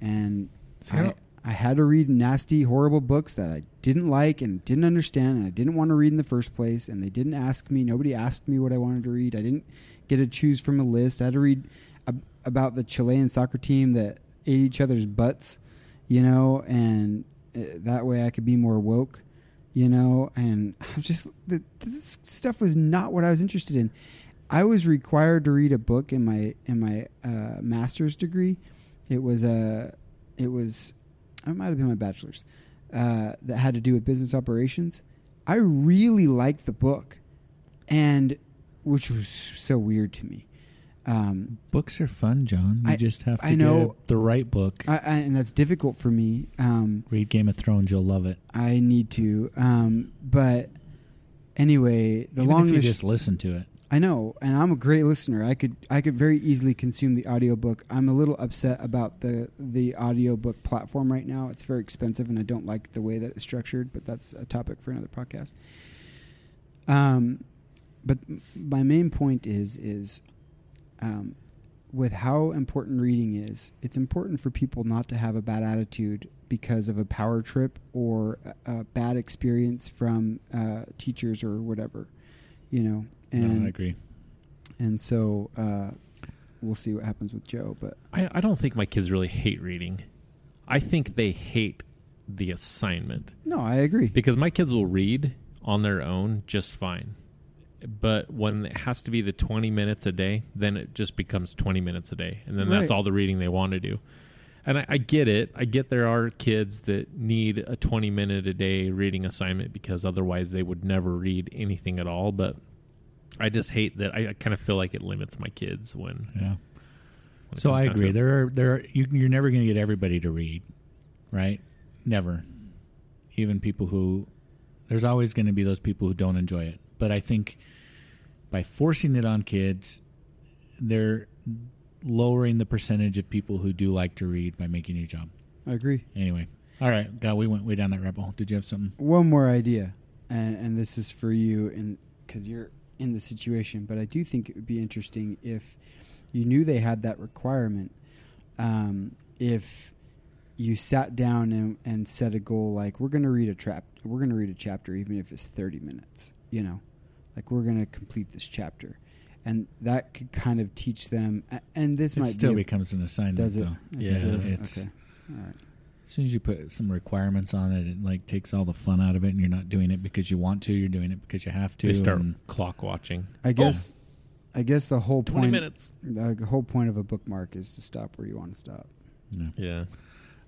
Speaker 3: and
Speaker 4: See, I
Speaker 3: I,
Speaker 4: don't-
Speaker 3: I had to read nasty, horrible books that I didn't like and didn't understand, and I didn't want to read in the first place. And they didn't ask me. Nobody asked me what I wanted to read. I didn't get to choose from a list. I had to read ab- about the Chilean soccer team that ate each other's butts, you know, and uh, that way I could be more woke, you know. And I'm just th- this stuff was not what I was interested in. I was required to read a book in my in my uh, master's degree. It was a it was it might have been my bachelor's uh, that had to do with business operations. I really liked the book, and which was so weird to me. Um,
Speaker 2: books are fun, John. You
Speaker 3: I-
Speaker 2: just have to
Speaker 3: I know-
Speaker 2: get the right book.
Speaker 3: I, I, and that's difficult for me. Um,
Speaker 2: read Game of Thrones, you'll love it.
Speaker 3: I need to, um, but anyway, the
Speaker 2: Even
Speaker 3: long
Speaker 2: if you
Speaker 3: and the
Speaker 2: just listen to it.
Speaker 3: I know, and I'm a great listener. I could I could very easily consume the audiobook. I'm a little upset about the the audiobook platform right now. It's very expensive and I don't like the way that it's structured, but that's a topic for another podcast. Um but m- my main point is is um with how important reading is, it's important for people not to have a bad attitude because of a power trip or a, a bad experience from uh, teachers or whatever, you know. And
Speaker 2: no, I agree.
Speaker 3: and so uh, we'll see what happens with Joe. But
Speaker 4: I, I don't think my kids really hate reading. I think they hate the assignment
Speaker 3: no, I agree.
Speaker 4: because my kids will read on their own just fine. But when it has to be the 20 minutes a day, then it just becomes 20 minutes a day. And then that's
Speaker 3: Right.
Speaker 4: all the reading they want to do. And I, I get it. I get there are kids that need a 20 minute a day reading assignment because otherwise they would never read anything at all. But I just hate that. I, I kind of feel like it limits my kids when. when
Speaker 2: Yeah.
Speaker 4: it
Speaker 2: So
Speaker 4: comes
Speaker 2: I
Speaker 4: down to
Speaker 2: agree.
Speaker 4: it.
Speaker 2: There are there are, you, you're never going to get everybody to read, right? Never. Even people who there's always going to be those people who don't enjoy it. But I think by forcing it on kids, they're lowering the percentage of people who do like to read by making your job.
Speaker 3: I agree.
Speaker 2: Anyway, all right, God, we went way down that rabbit hole. Did you have something?
Speaker 3: One more idea, and, and this is for you, and because you're in the situation. But I do think it would be interesting if you knew they had that requirement. Um, if you sat down and, and set a goal like we're going to read a trap, we're going to read a chapter, even if it's thirty minutes. You know, like we're going to complete this chapter, and that could kind of teach them. a- And this
Speaker 2: It
Speaker 3: might
Speaker 2: still
Speaker 3: be a-
Speaker 2: becomes an assignment,
Speaker 3: Does it?
Speaker 2: though.
Speaker 3: It
Speaker 2: yeah,
Speaker 3: still is?
Speaker 2: it's
Speaker 3: okay. All right.
Speaker 2: as soon as you put some requirements on it, it like takes all the fun out of it, and you're not doing it because you want to. You're doing it because you have to.
Speaker 4: They start
Speaker 2: and-
Speaker 4: clock watching.
Speaker 3: I guess. I guess the whole
Speaker 4: 20
Speaker 3: point.
Speaker 4: minutes.
Speaker 3: The whole point of a bookmark is to stop where you want to stop.
Speaker 2: Yeah.
Speaker 4: Yeah.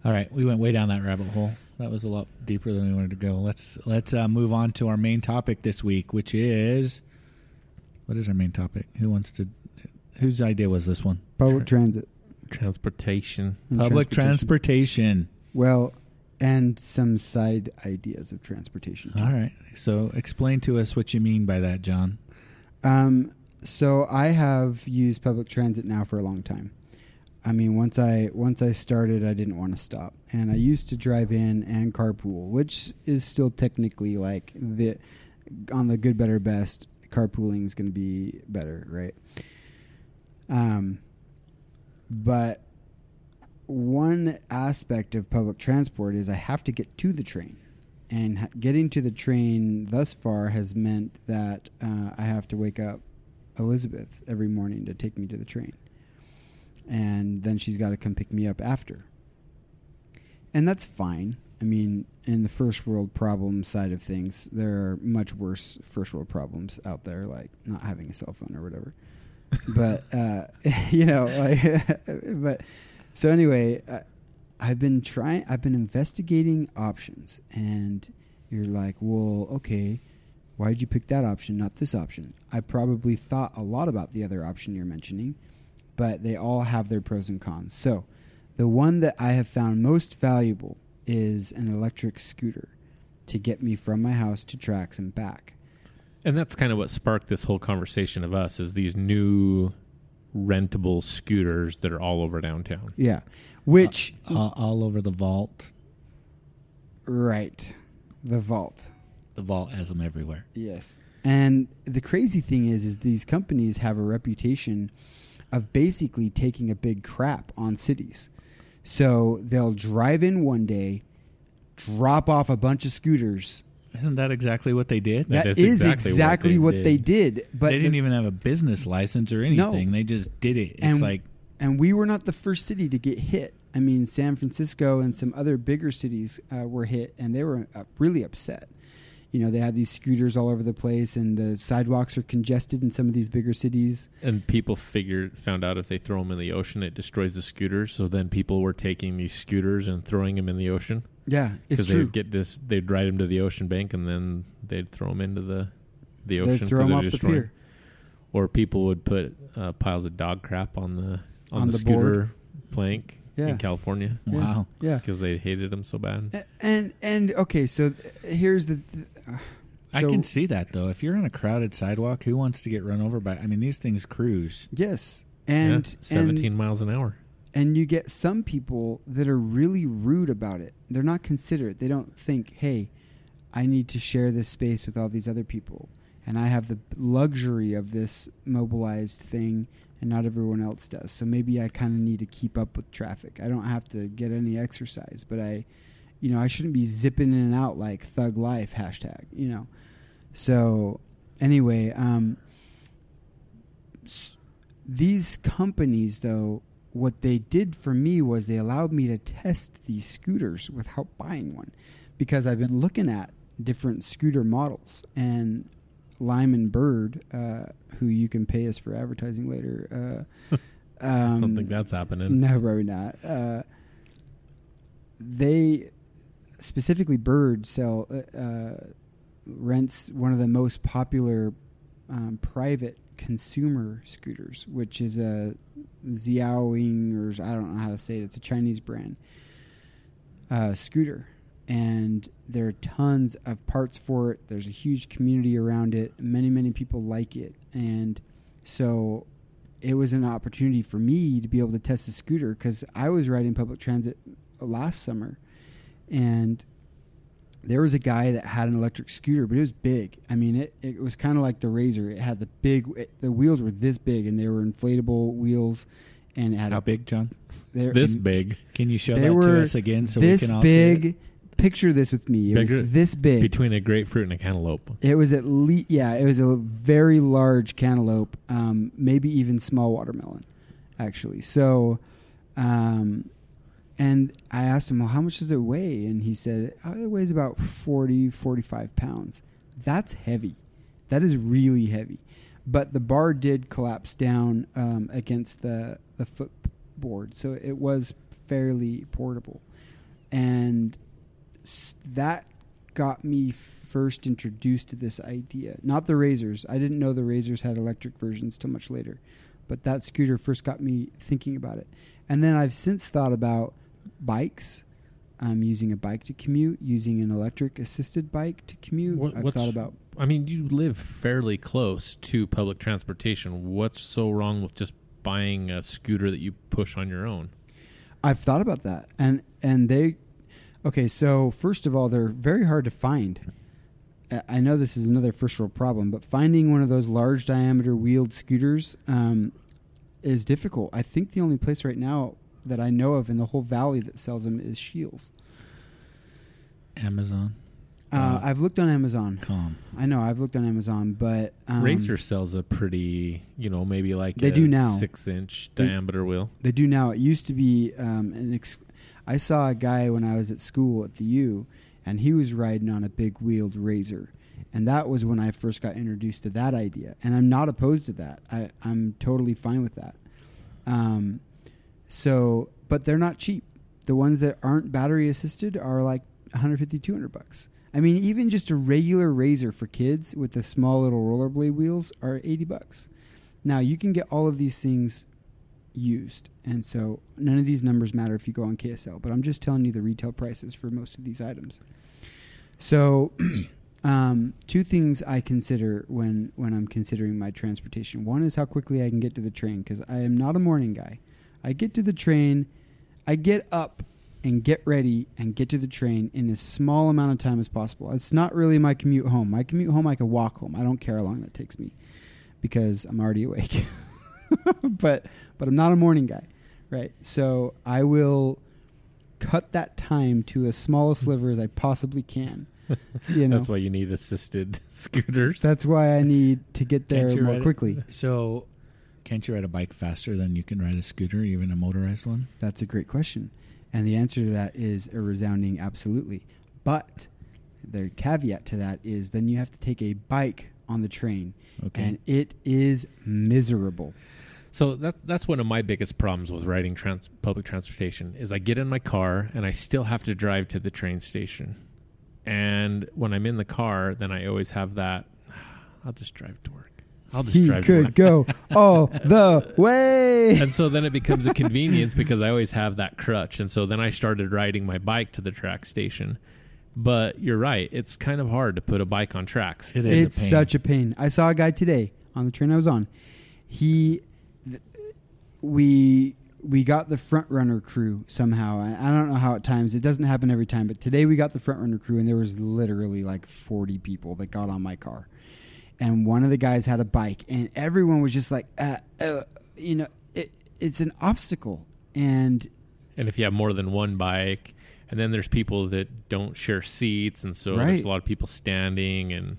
Speaker 2: All right, we went way down that rabbit hole. That was a lot deeper than we wanted to go. Let's let's uh, move on to our main topic this week, which is what is our main topic? Who wants to? Whose idea was this one?
Speaker 3: Public transit.
Speaker 4: Transportation.
Speaker 3: and
Speaker 2: Public
Speaker 3: transportation.
Speaker 2: transportation.
Speaker 3: Well, and some side ideas of transportation. too.
Speaker 2: All right. So explain to us what you mean by that, John.
Speaker 3: Um, so I have used public transit now for a long time. I mean, once I once I started, I didn't want to stop, and I used to drive in and carpool, which is still technically like the on the good, better, best carpooling is going to be better, right? Um, but one aspect of public transport is I have to get to the train. And ha- getting to the train thus far has meant that uh, I have to wake up Elizabeth every morning to take me to the train. And then she's got to come pick me up after. And that's fine. I mean, in the first world problem side of things, there are much worse first world problems out there, like not having a cell phone or whatever. but, uh, <laughs> you know, like, <laughs> but so anyway, I, I've been trying. I've been investigating options, and you're like, well, okay, why did you pick that option, not this option? I probably thought a lot about the other option you're mentioning, but they all have their pros and cons. So, the one that I have found most valuable is an electric scooter to get me from my house to tracks and back.
Speaker 4: And that's kind of what sparked this whole conversation of us is these new rentable scooters that are all over downtown.
Speaker 3: Yeah, which
Speaker 2: all, all over the vault.
Speaker 3: right, the vault.
Speaker 2: The vault has them everywhere.
Speaker 3: Yes. And the crazy thing is, is these companies have a reputation of basically taking a big crap on cities. So they'll drive in one day, drop off a bunch of scooters.
Speaker 2: Isn't that exactly what they did?
Speaker 4: That
Speaker 3: that
Speaker 4: is
Speaker 3: is exactly,
Speaker 4: exactly what they
Speaker 3: what,
Speaker 4: did.
Speaker 3: they did. But
Speaker 2: they didn't
Speaker 3: the-
Speaker 2: even have a business license or
Speaker 3: No.
Speaker 2: anything. They just did it. It's
Speaker 3: and,
Speaker 2: like
Speaker 3: and we were not the first city to get hit. I mean, San Francisco and some other bigger cities uh, were hit, and they were uh, really upset. You know, they had these scooters all over the place, and the sidewalks are congested in some of these bigger cities.
Speaker 4: And people figured found out if they throw them in the ocean, it destroys the scooters. So then people were taking these scooters and throwing them in the ocean
Speaker 3: Yeah, it's
Speaker 4: because
Speaker 3: true.
Speaker 4: they'd get this, they'd ride them to the ocean bank, and then they'd throw them into the the
Speaker 3: They
Speaker 4: ocean.
Speaker 3: throw
Speaker 4: 'cause
Speaker 3: them
Speaker 4: they're
Speaker 3: off the
Speaker 4: destroying-
Speaker 3: pier.
Speaker 4: Or people would put uh, piles of dog crap on the on,
Speaker 3: On
Speaker 4: the,
Speaker 3: the
Speaker 4: scooter
Speaker 3: board.
Speaker 4: plank
Speaker 3: Yeah.
Speaker 4: in California
Speaker 3: Yeah,
Speaker 2: wow.
Speaker 3: Yeah.
Speaker 4: because they hated them so bad.
Speaker 3: A- And and okay, so th- here's the. Th- uh,
Speaker 2: I
Speaker 3: so-
Speaker 2: can see that though. If you're on a crowded sidewalk, who wants to get run over by? I mean, these things cruise.
Speaker 3: Yes,
Speaker 4: Yeah,
Speaker 3: and
Speaker 4: seventeen
Speaker 3: and
Speaker 4: miles an hour.
Speaker 3: and you get some people that are really rude about it. They're not considerate. They don't think, hey, I need to share this space with all these other people, and I have the luxury of this mobilized thing, and not everyone else does. So maybe I kind of need to keep up with traffic. I don't have to get any exercise, but I, you know, I shouldn't be zipping in and out like thug life hashtag. You know, so anyway, um, s- these companies though what they did for me was they allowed me to test these scooters without buying one because i've been looking at different scooter models and lyman bird uh, who you can pay us for advertising later uh, um,
Speaker 4: I don't think that's happening.
Speaker 3: no, probably not. Uh, they specifically Bird sell uh, uh, rents one of the most popular um, private consumer scooters, which is a Xiaoying or I don't know how to say it. It's a Chinese brand uh, scooter. And there are tons of parts for it. There's a huge community around it. Many, many people like it. And so it was an opportunity for me to be able to test a scooter because I was riding public transit last summer, and there was a guy that had an electric scooter, but it was big. I mean, it, it was kind of like the Razor. It had the big, it, the wheels were this big, and they were inflatable wheels, and it had
Speaker 2: How
Speaker 3: a,
Speaker 2: big, John?
Speaker 3: they
Speaker 4: This big,
Speaker 2: Can you show
Speaker 3: They
Speaker 2: that
Speaker 3: were
Speaker 2: to us again so we
Speaker 3: this
Speaker 2: can all
Speaker 3: big.
Speaker 2: see it?
Speaker 3: Picture this with me. It
Speaker 4: Bigger-
Speaker 3: was this big.
Speaker 4: between a grapefruit and a cantaloupe.
Speaker 3: It was at least yeah, it was a very large cantaloupe, um, maybe even small watermelon, actually. So, um, and I asked him, well, how much does it weigh? And he said, oh, it weighs about 40, 45 pounds. That's heavy. That is really heavy. But the bar did collapse down um, against the, the footboard, so it was fairly portable. And s- that got me first introduced to this idea. Not the razors. I didn't know the razors had electric versions till much later, but that scooter first got me thinking about it. And then I've since thought about bikes. Um, using a bike to commute, using an electric assisted bike to commute.
Speaker 4: What-
Speaker 3: I've
Speaker 4: what's-
Speaker 3: thought about
Speaker 4: I mean, you live fairly close to public transportation. What's so wrong with just buying a scooter that you push on your own?
Speaker 3: I've thought about that, and and they, okay. So first of all, they're very hard to find. I- I know this is another first world problem, but finding one of those large diameter wheeled scooters um, is difficult. I think the only place right now that I know of in the whole valley that sells them is Shields.
Speaker 2: Amazon.
Speaker 3: Uh,
Speaker 2: Uh,
Speaker 3: I've looked on Amazon.
Speaker 2: Com.
Speaker 3: I know I've looked on Amazon, but um,
Speaker 4: Racer sells a pretty, you know, maybe like
Speaker 3: They
Speaker 4: a
Speaker 3: do now.
Speaker 4: six inch
Speaker 3: They-
Speaker 4: diameter wheel.
Speaker 3: They do now. It used to be um, an. Ex- I saw a guy when I was at school at the U, and he was riding on a big wheeled razor, and that was when I first got introduced to that idea. And I'm not opposed to that. I, I'm totally fine with that. Um, so, but they're not cheap. The ones that aren't battery assisted are like 150, 200 bucks. I mean, even just a regular razor for kids with the small little rollerblade wheels are 80 bucks. Now you can get all of these things used, and so none of these numbers matter if you go on KSL. But I'm just telling you the retail prices for most of these items. So, um, two things I consider when when I'm considering my transportation. One is how quickly I can get to the train because I am not a morning guy. I get to the train, I get up and get ready and get to the train in as small amount of time as possible. It's not really my commute home. My commute home, I can walk home. I don't care how long that takes me because I'm already <laughs> awake. but but I'm not a morning guy, right? So I will cut that time to as small a sliver as I possibly can. You know,
Speaker 4: That's why you need assisted <laughs> scooters.
Speaker 3: that's why I need to get there
Speaker 2: Can't you
Speaker 3: more
Speaker 2: ride it?
Speaker 3: quickly.
Speaker 2: So, can't you ride a bike faster than you can ride a scooter, even a motorized one?
Speaker 3: That's a great question. And the answer to that is a resounding absolutely. But the caveat to that is then you have to take a bike on the train.
Speaker 2: Okay.
Speaker 3: And it is miserable.
Speaker 4: So that that's one of my biggest problems with riding trans, public transportation is I get in my car and I still have to drive to the train station. And when I'm in the car, then I always have that <sighs> I'll just drive to work. I'll just
Speaker 3: He
Speaker 4: drive to
Speaker 3: could
Speaker 2: <laughs>
Speaker 4: work.
Speaker 3: go all the way.
Speaker 4: and so then it becomes a convenience because I always have that crutch. And so then I started riding my bike to the track station. But you're right, it's kind of hard to put a bike on tracks.
Speaker 2: It is
Speaker 3: It's
Speaker 2: a pain.
Speaker 3: such a pain. I saw a guy today on the train I was on. He, th- we we got the front runner crew somehow. I, I don't know how it times. It doesn't happen every time, but today we got the front runner crew, and there was literally like forty people that got on my car, and one of the guys had a bike, and everyone was just like, uh, uh, you know, it, it's an obstacle, and
Speaker 4: And if you have more than one bike, and then there's people that don't share seats, and so
Speaker 3: Right.
Speaker 4: there's a lot of people standing, and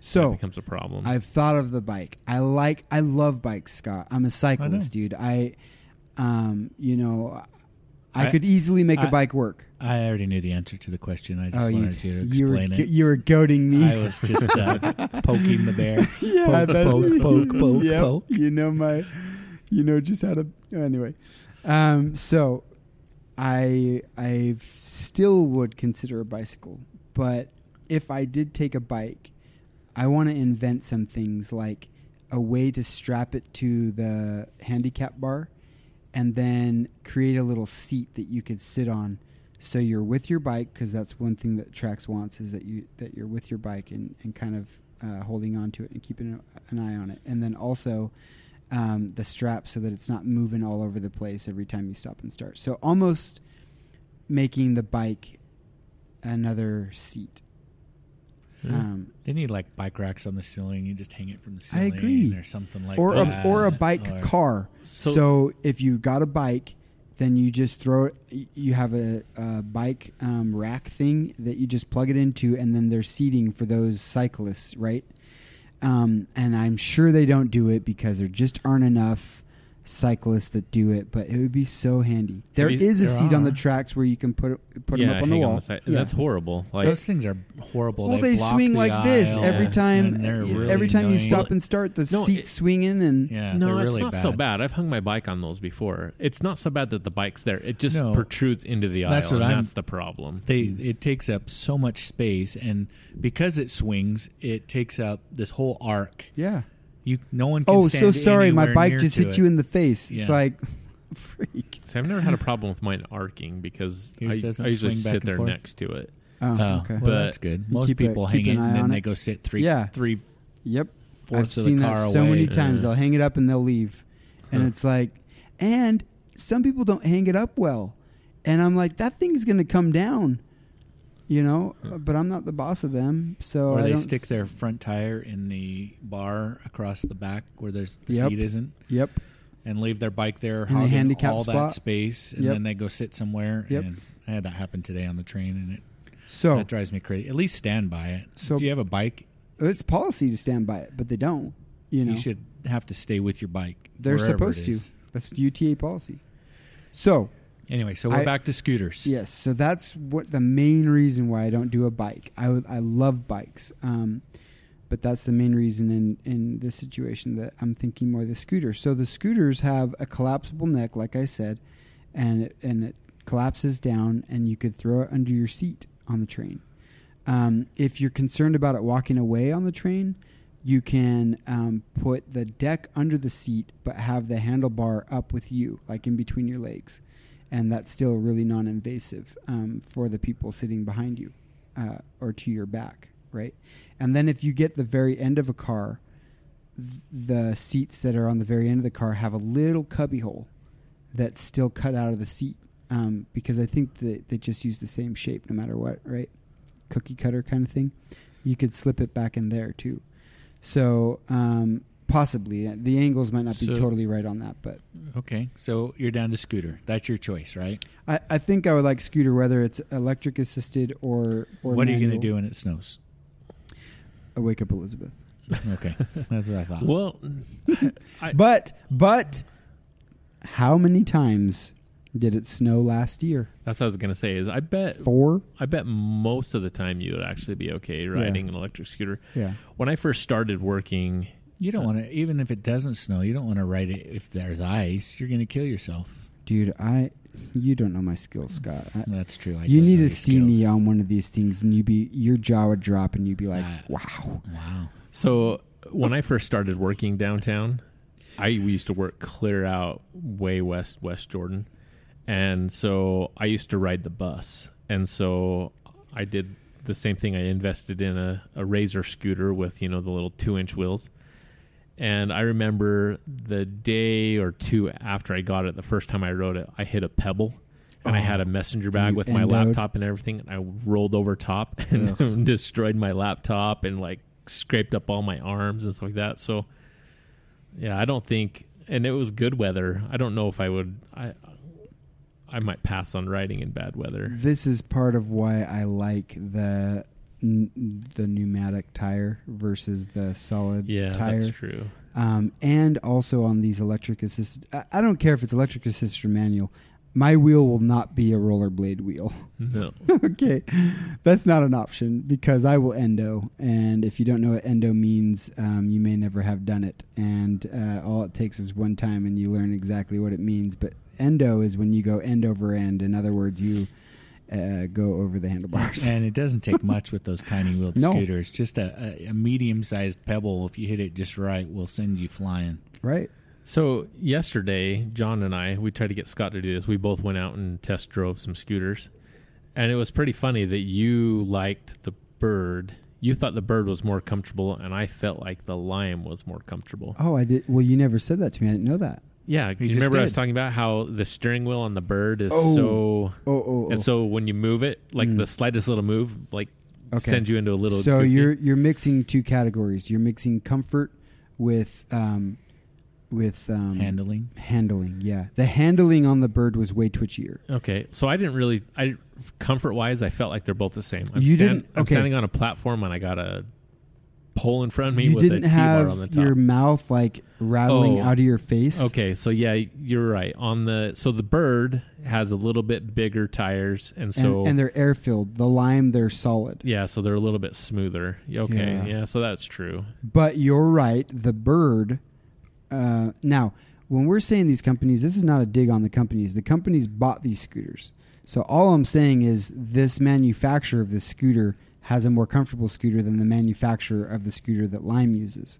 Speaker 3: so
Speaker 4: that becomes a problem.
Speaker 3: I've thought of the bike. I like I love bikes, Scott. I'm a cyclist, dude. I um, you know, I,
Speaker 2: I-
Speaker 3: could easily make a
Speaker 2: I-
Speaker 3: bike work.
Speaker 2: I already knew the answer to the question. I just
Speaker 3: Oh, you,
Speaker 2: wanted you, to
Speaker 3: you were
Speaker 2: explain
Speaker 3: go-
Speaker 2: it.
Speaker 3: you were goading me.
Speaker 2: I was just uh, poking the bear.
Speaker 3: <laughs> yeah,
Speaker 2: poke,
Speaker 3: that's-
Speaker 2: poke,
Speaker 3: <laughs>
Speaker 2: poke, poke,
Speaker 3: Yep,
Speaker 2: poke.
Speaker 3: You know my you know just how to anyway. Um, so I I still would consider a bicycle, but if I did take a bike, I want to invent some things like a way to strap it to the handicap bar and then create a little seat that you could sit on so you're with your bike because that's one thing that Trax wants is that you that you're with your bike and, and kind of uh, holding on to it and keeping an eye on it and then also um, the strap so that it's not moving all over the place every time you stop and start so almost making the bike another seat
Speaker 4: Yeah.
Speaker 3: um,
Speaker 2: They need like bike racks on the ceiling. You just hang it from the ceiling
Speaker 3: agree.
Speaker 2: or something like
Speaker 3: or
Speaker 2: that.
Speaker 3: a, or a bike
Speaker 2: Or-
Speaker 3: car. So,
Speaker 4: So-
Speaker 3: if you got a bike, then you just throw it. You have a, a bike um, rack thing that you just plug it into, and then there's seating for those cyclists, right? Um, and I'm sure they don't do it because there just aren't enough cyclists that do it. But it would be so handy. There
Speaker 4: Have you-
Speaker 3: is a
Speaker 2: There
Speaker 3: seat on the
Speaker 2: are.
Speaker 3: tracks where you can put it- put them
Speaker 4: yeah,
Speaker 3: up on the
Speaker 4: hang
Speaker 3: wall.
Speaker 4: the side.
Speaker 3: Yeah.
Speaker 4: That's horrible. Like
Speaker 2: Those things are horrible.
Speaker 3: well,
Speaker 2: they,
Speaker 3: they,
Speaker 2: block
Speaker 3: swing
Speaker 2: the
Speaker 3: like this
Speaker 2: aisle,
Speaker 3: every
Speaker 4: Yeah.
Speaker 3: time.
Speaker 2: and they're really
Speaker 3: every time you
Speaker 2: annoying.
Speaker 3: stop and start, the
Speaker 4: No,
Speaker 3: seat's
Speaker 4: it-
Speaker 3: swinging and
Speaker 2: yeah,
Speaker 4: no,
Speaker 2: they're
Speaker 4: it's
Speaker 2: really
Speaker 4: not
Speaker 2: bad.
Speaker 4: so bad. I've hung my bike on those before. It's not so bad that the bike's there. It just
Speaker 2: No.
Speaker 4: protrudes into the
Speaker 2: That's
Speaker 4: aisle,
Speaker 2: what
Speaker 4: and
Speaker 2: I'm-
Speaker 4: that's the problem.
Speaker 2: They it takes up so much space, and because it swings, it takes up this whole arc.
Speaker 3: yeah.
Speaker 2: You no one. Can
Speaker 3: Oh, so
Speaker 2: stand
Speaker 3: sorry, my
Speaker 2: anywhere
Speaker 3: bike
Speaker 2: near
Speaker 3: just
Speaker 2: to
Speaker 3: hit
Speaker 2: it.
Speaker 3: you in the face. It's
Speaker 2: Yeah.
Speaker 3: like, <laughs> freak.
Speaker 4: See, I've never had a problem with mine arcing because I,
Speaker 2: Yours doesn't
Speaker 4: I usually
Speaker 2: swing back
Speaker 4: sit
Speaker 2: and
Speaker 4: there
Speaker 2: forth?
Speaker 4: next to it.
Speaker 3: Oh,
Speaker 2: Oh,
Speaker 3: okay.
Speaker 2: well,
Speaker 4: But
Speaker 2: that's good.
Speaker 3: you
Speaker 2: Most
Speaker 3: keep a-
Speaker 2: people hang
Speaker 3: keep
Speaker 2: it
Speaker 3: an eye
Speaker 2: and then
Speaker 3: on
Speaker 2: they
Speaker 3: it.
Speaker 2: go sit three,
Speaker 3: Yeah.
Speaker 2: three
Speaker 3: yep. I've
Speaker 2: fourths of the
Speaker 3: seen
Speaker 2: car
Speaker 3: that
Speaker 2: away.
Speaker 3: so many times.
Speaker 4: Yeah.
Speaker 3: They'll hang it up and they'll leave, and
Speaker 4: Huh.
Speaker 3: it's like, and some people don't hang it up well, and I'm like, that thing's gonna come down. you know. But I'm not the boss of them, so
Speaker 2: where
Speaker 3: I
Speaker 2: they
Speaker 3: don't
Speaker 2: stick
Speaker 3: s-
Speaker 2: their front tire in the bar across the back where there's the
Speaker 3: Yep.
Speaker 2: seat isn't,
Speaker 3: Yep,
Speaker 2: and leave their bike there,
Speaker 3: the
Speaker 2: hogging
Speaker 3: handicap
Speaker 2: all that
Speaker 3: spot.
Speaker 2: space, and
Speaker 3: Yep.
Speaker 2: then they go sit somewhere.
Speaker 3: Yep.
Speaker 2: And I had that happen today on the train, and it
Speaker 3: so
Speaker 2: that drives me crazy. At least stand by it.
Speaker 3: So-
Speaker 2: if you have a bike,
Speaker 3: it's policy to stand by it, but they don't. You
Speaker 2: you,
Speaker 3: know,
Speaker 2: should have to stay with your bike.
Speaker 3: they're
Speaker 2: wherever it
Speaker 3: supposed to.
Speaker 2: is.
Speaker 3: That's UTA policy. So
Speaker 2: Anyway, so we're
Speaker 3: I-
Speaker 2: back to scooters.
Speaker 3: Yes, so that's what the main reason why I don't do a bike. I would- I love bikes, um, but that's the main reason in in this situation that I'm thinking more the scooter. So the scooters have a collapsible neck, like I said, and it, and it collapses down, and you could throw it under your seat on the train. Um, if you're concerned about it walking away on the train, you can um, put the deck under the seat, but have the handlebar up with you, like in between your legs and that's still really non-invasive um, for the people sitting behind you uh, or to your back, right? And then if you get the very end of a car, th- the seats that are on the very end of the car have a little cubbyhole that's still cut out of the seat um, because I think that they just use the same shape no matter what, right? Cookie cutter kind of thing. You could slip it back in there too. So um, possibly uh, the angles might not be
Speaker 2: So-
Speaker 3: totally right on that, but
Speaker 2: Okay, so you're down to scooter. That's your choice, right?
Speaker 3: I, I think I would like scooter, whether it's electric assisted or or.
Speaker 2: what are you going to
Speaker 3: manual.
Speaker 2: do when it snows?
Speaker 3: I wake up Elizabeth.
Speaker 2: Okay, <laughs> that's what I thought.
Speaker 4: Well, I-
Speaker 3: But but, how many times did it snow last year?
Speaker 4: that's what I was gonna say. Is I bet
Speaker 3: Four.
Speaker 4: I bet most of the time you would actually be okay riding an electric scooter.
Speaker 3: Yeah.
Speaker 4: When I first started working,
Speaker 2: You don't want to, even if it doesn't snow, you don't want to ride it if there's ice. You're going to kill yourself.
Speaker 3: Dude, I you don't know my skills, Scott. I,
Speaker 2: That's true. I
Speaker 3: you
Speaker 2: don't
Speaker 3: need
Speaker 2: know your
Speaker 3: to see me on one of these things, and you be your jaw would drop, and you'd be like,
Speaker 2: Uh,
Speaker 3: "Wow."
Speaker 2: skills. Wow.
Speaker 4: so when I first started working downtown, I we used to work clear out way west West Jordan, and so I used to ride the bus, and so I did the same thing. I invested in a, a razor scooter with you know the little two inch wheels. And I remember the day or two after I got it, the first time I rode it, I hit a pebble and I had a messenger bag
Speaker 3: You
Speaker 4: with my
Speaker 3: endowed.
Speaker 4: laptop and everything. And I rolled over top <laughs> and destroyed my laptop and like scraped up all my arms and stuff like that. So, yeah, I don't think, and it was good weather. I don't know if I would, I, I might pass on riding in bad weather.
Speaker 3: This is part of why I like the n- the pneumatic tire versus the solid
Speaker 4: Yeah,
Speaker 3: tire.
Speaker 4: that's true.
Speaker 3: um, and also on these electric assist. I, I don't care if it's electric assist or manual. My wheel will not be a rollerblade wheel. <laughs>
Speaker 4: No,
Speaker 3: okay, that's not an option because I will endo, and if you don't know what endo means, um, you may never have done it. And uh, all it takes is one time, and you learn exactly what it means. But endo is when you go end over end. In other words, you uh, go over
Speaker 2: <laughs>
Speaker 3: the handlebars.
Speaker 2: And it doesn't take much with those tiny wheeled
Speaker 3: No.
Speaker 2: scooters. Just a, a, a medium sized pebble, if you hit it just right, will send you flying.
Speaker 3: right?
Speaker 4: So yesterday, John and I, we tried to get Scott to do this. We both went out and test drove some scooters, and it was pretty funny that you liked the bird. You thought the bird was more comfortable, and I felt like the lion was more comfortable.
Speaker 3: Oh, I did. Well, you never said that to me. I didn't know that.
Speaker 4: Yeah, you
Speaker 2: just
Speaker 4: remember I was
Speaker 2: did.
Speaker 4: talking about how the steering wheel on the bird is
Speaker 3: Oh.
Speaker 4: so,
Speaker 3: Oh, oh, oh.
Speaker 4: and so when you move it, like the slightest little move, like
Speaker 3: Hmm. Okay.
Speaker 4: sends you into a little.
Speaker 3: so
Speaker 4: goofy-
Speaker 3: you're you're mixing two categories you're mixing comfort with um with um
Speaker 2: Handling.
Speaker 3: handling yeah the handling on the bird was way twitchier
Speaker 4: Okay, so I didn't really. I comfort wise, I felt like they're both the same. I'm
Speaker 3: You didn't-
Speaker 4: I'm
Speaker 3: okay.
Speaker 4: standing on a platform and I got a pole in front of me
Speaker 3: you
Speaker 4: with a
Speaker 3: didn't
Speaker 4: T bar
Speaker 3: have
Speaker 4: on the top.
Speaker 3: your mouth like rattling
Speaker 4: Oh.
Speaker 3: out of your face
Speaker 4: Okay, so yeah, you're right. On the so the bird has a little bit bigger tires, and
Speaker 3: and,
Speaker 4: so
Speaker 3: and they're air filled the lime they're solid
Speaker 4: yeah, so they're a little bit smoother. Okay,
Speaker 3: Yeah.
Speaker 4: yeah, so that's true.
Speaker 3: but you're right the bird uh now when we're saying these companies this is not a dig on the companies the companies bought these scooters so all i'm saying is this manufacturer of this scooter has a more comfortable scooter than the manufacturer of the scooter that lime uses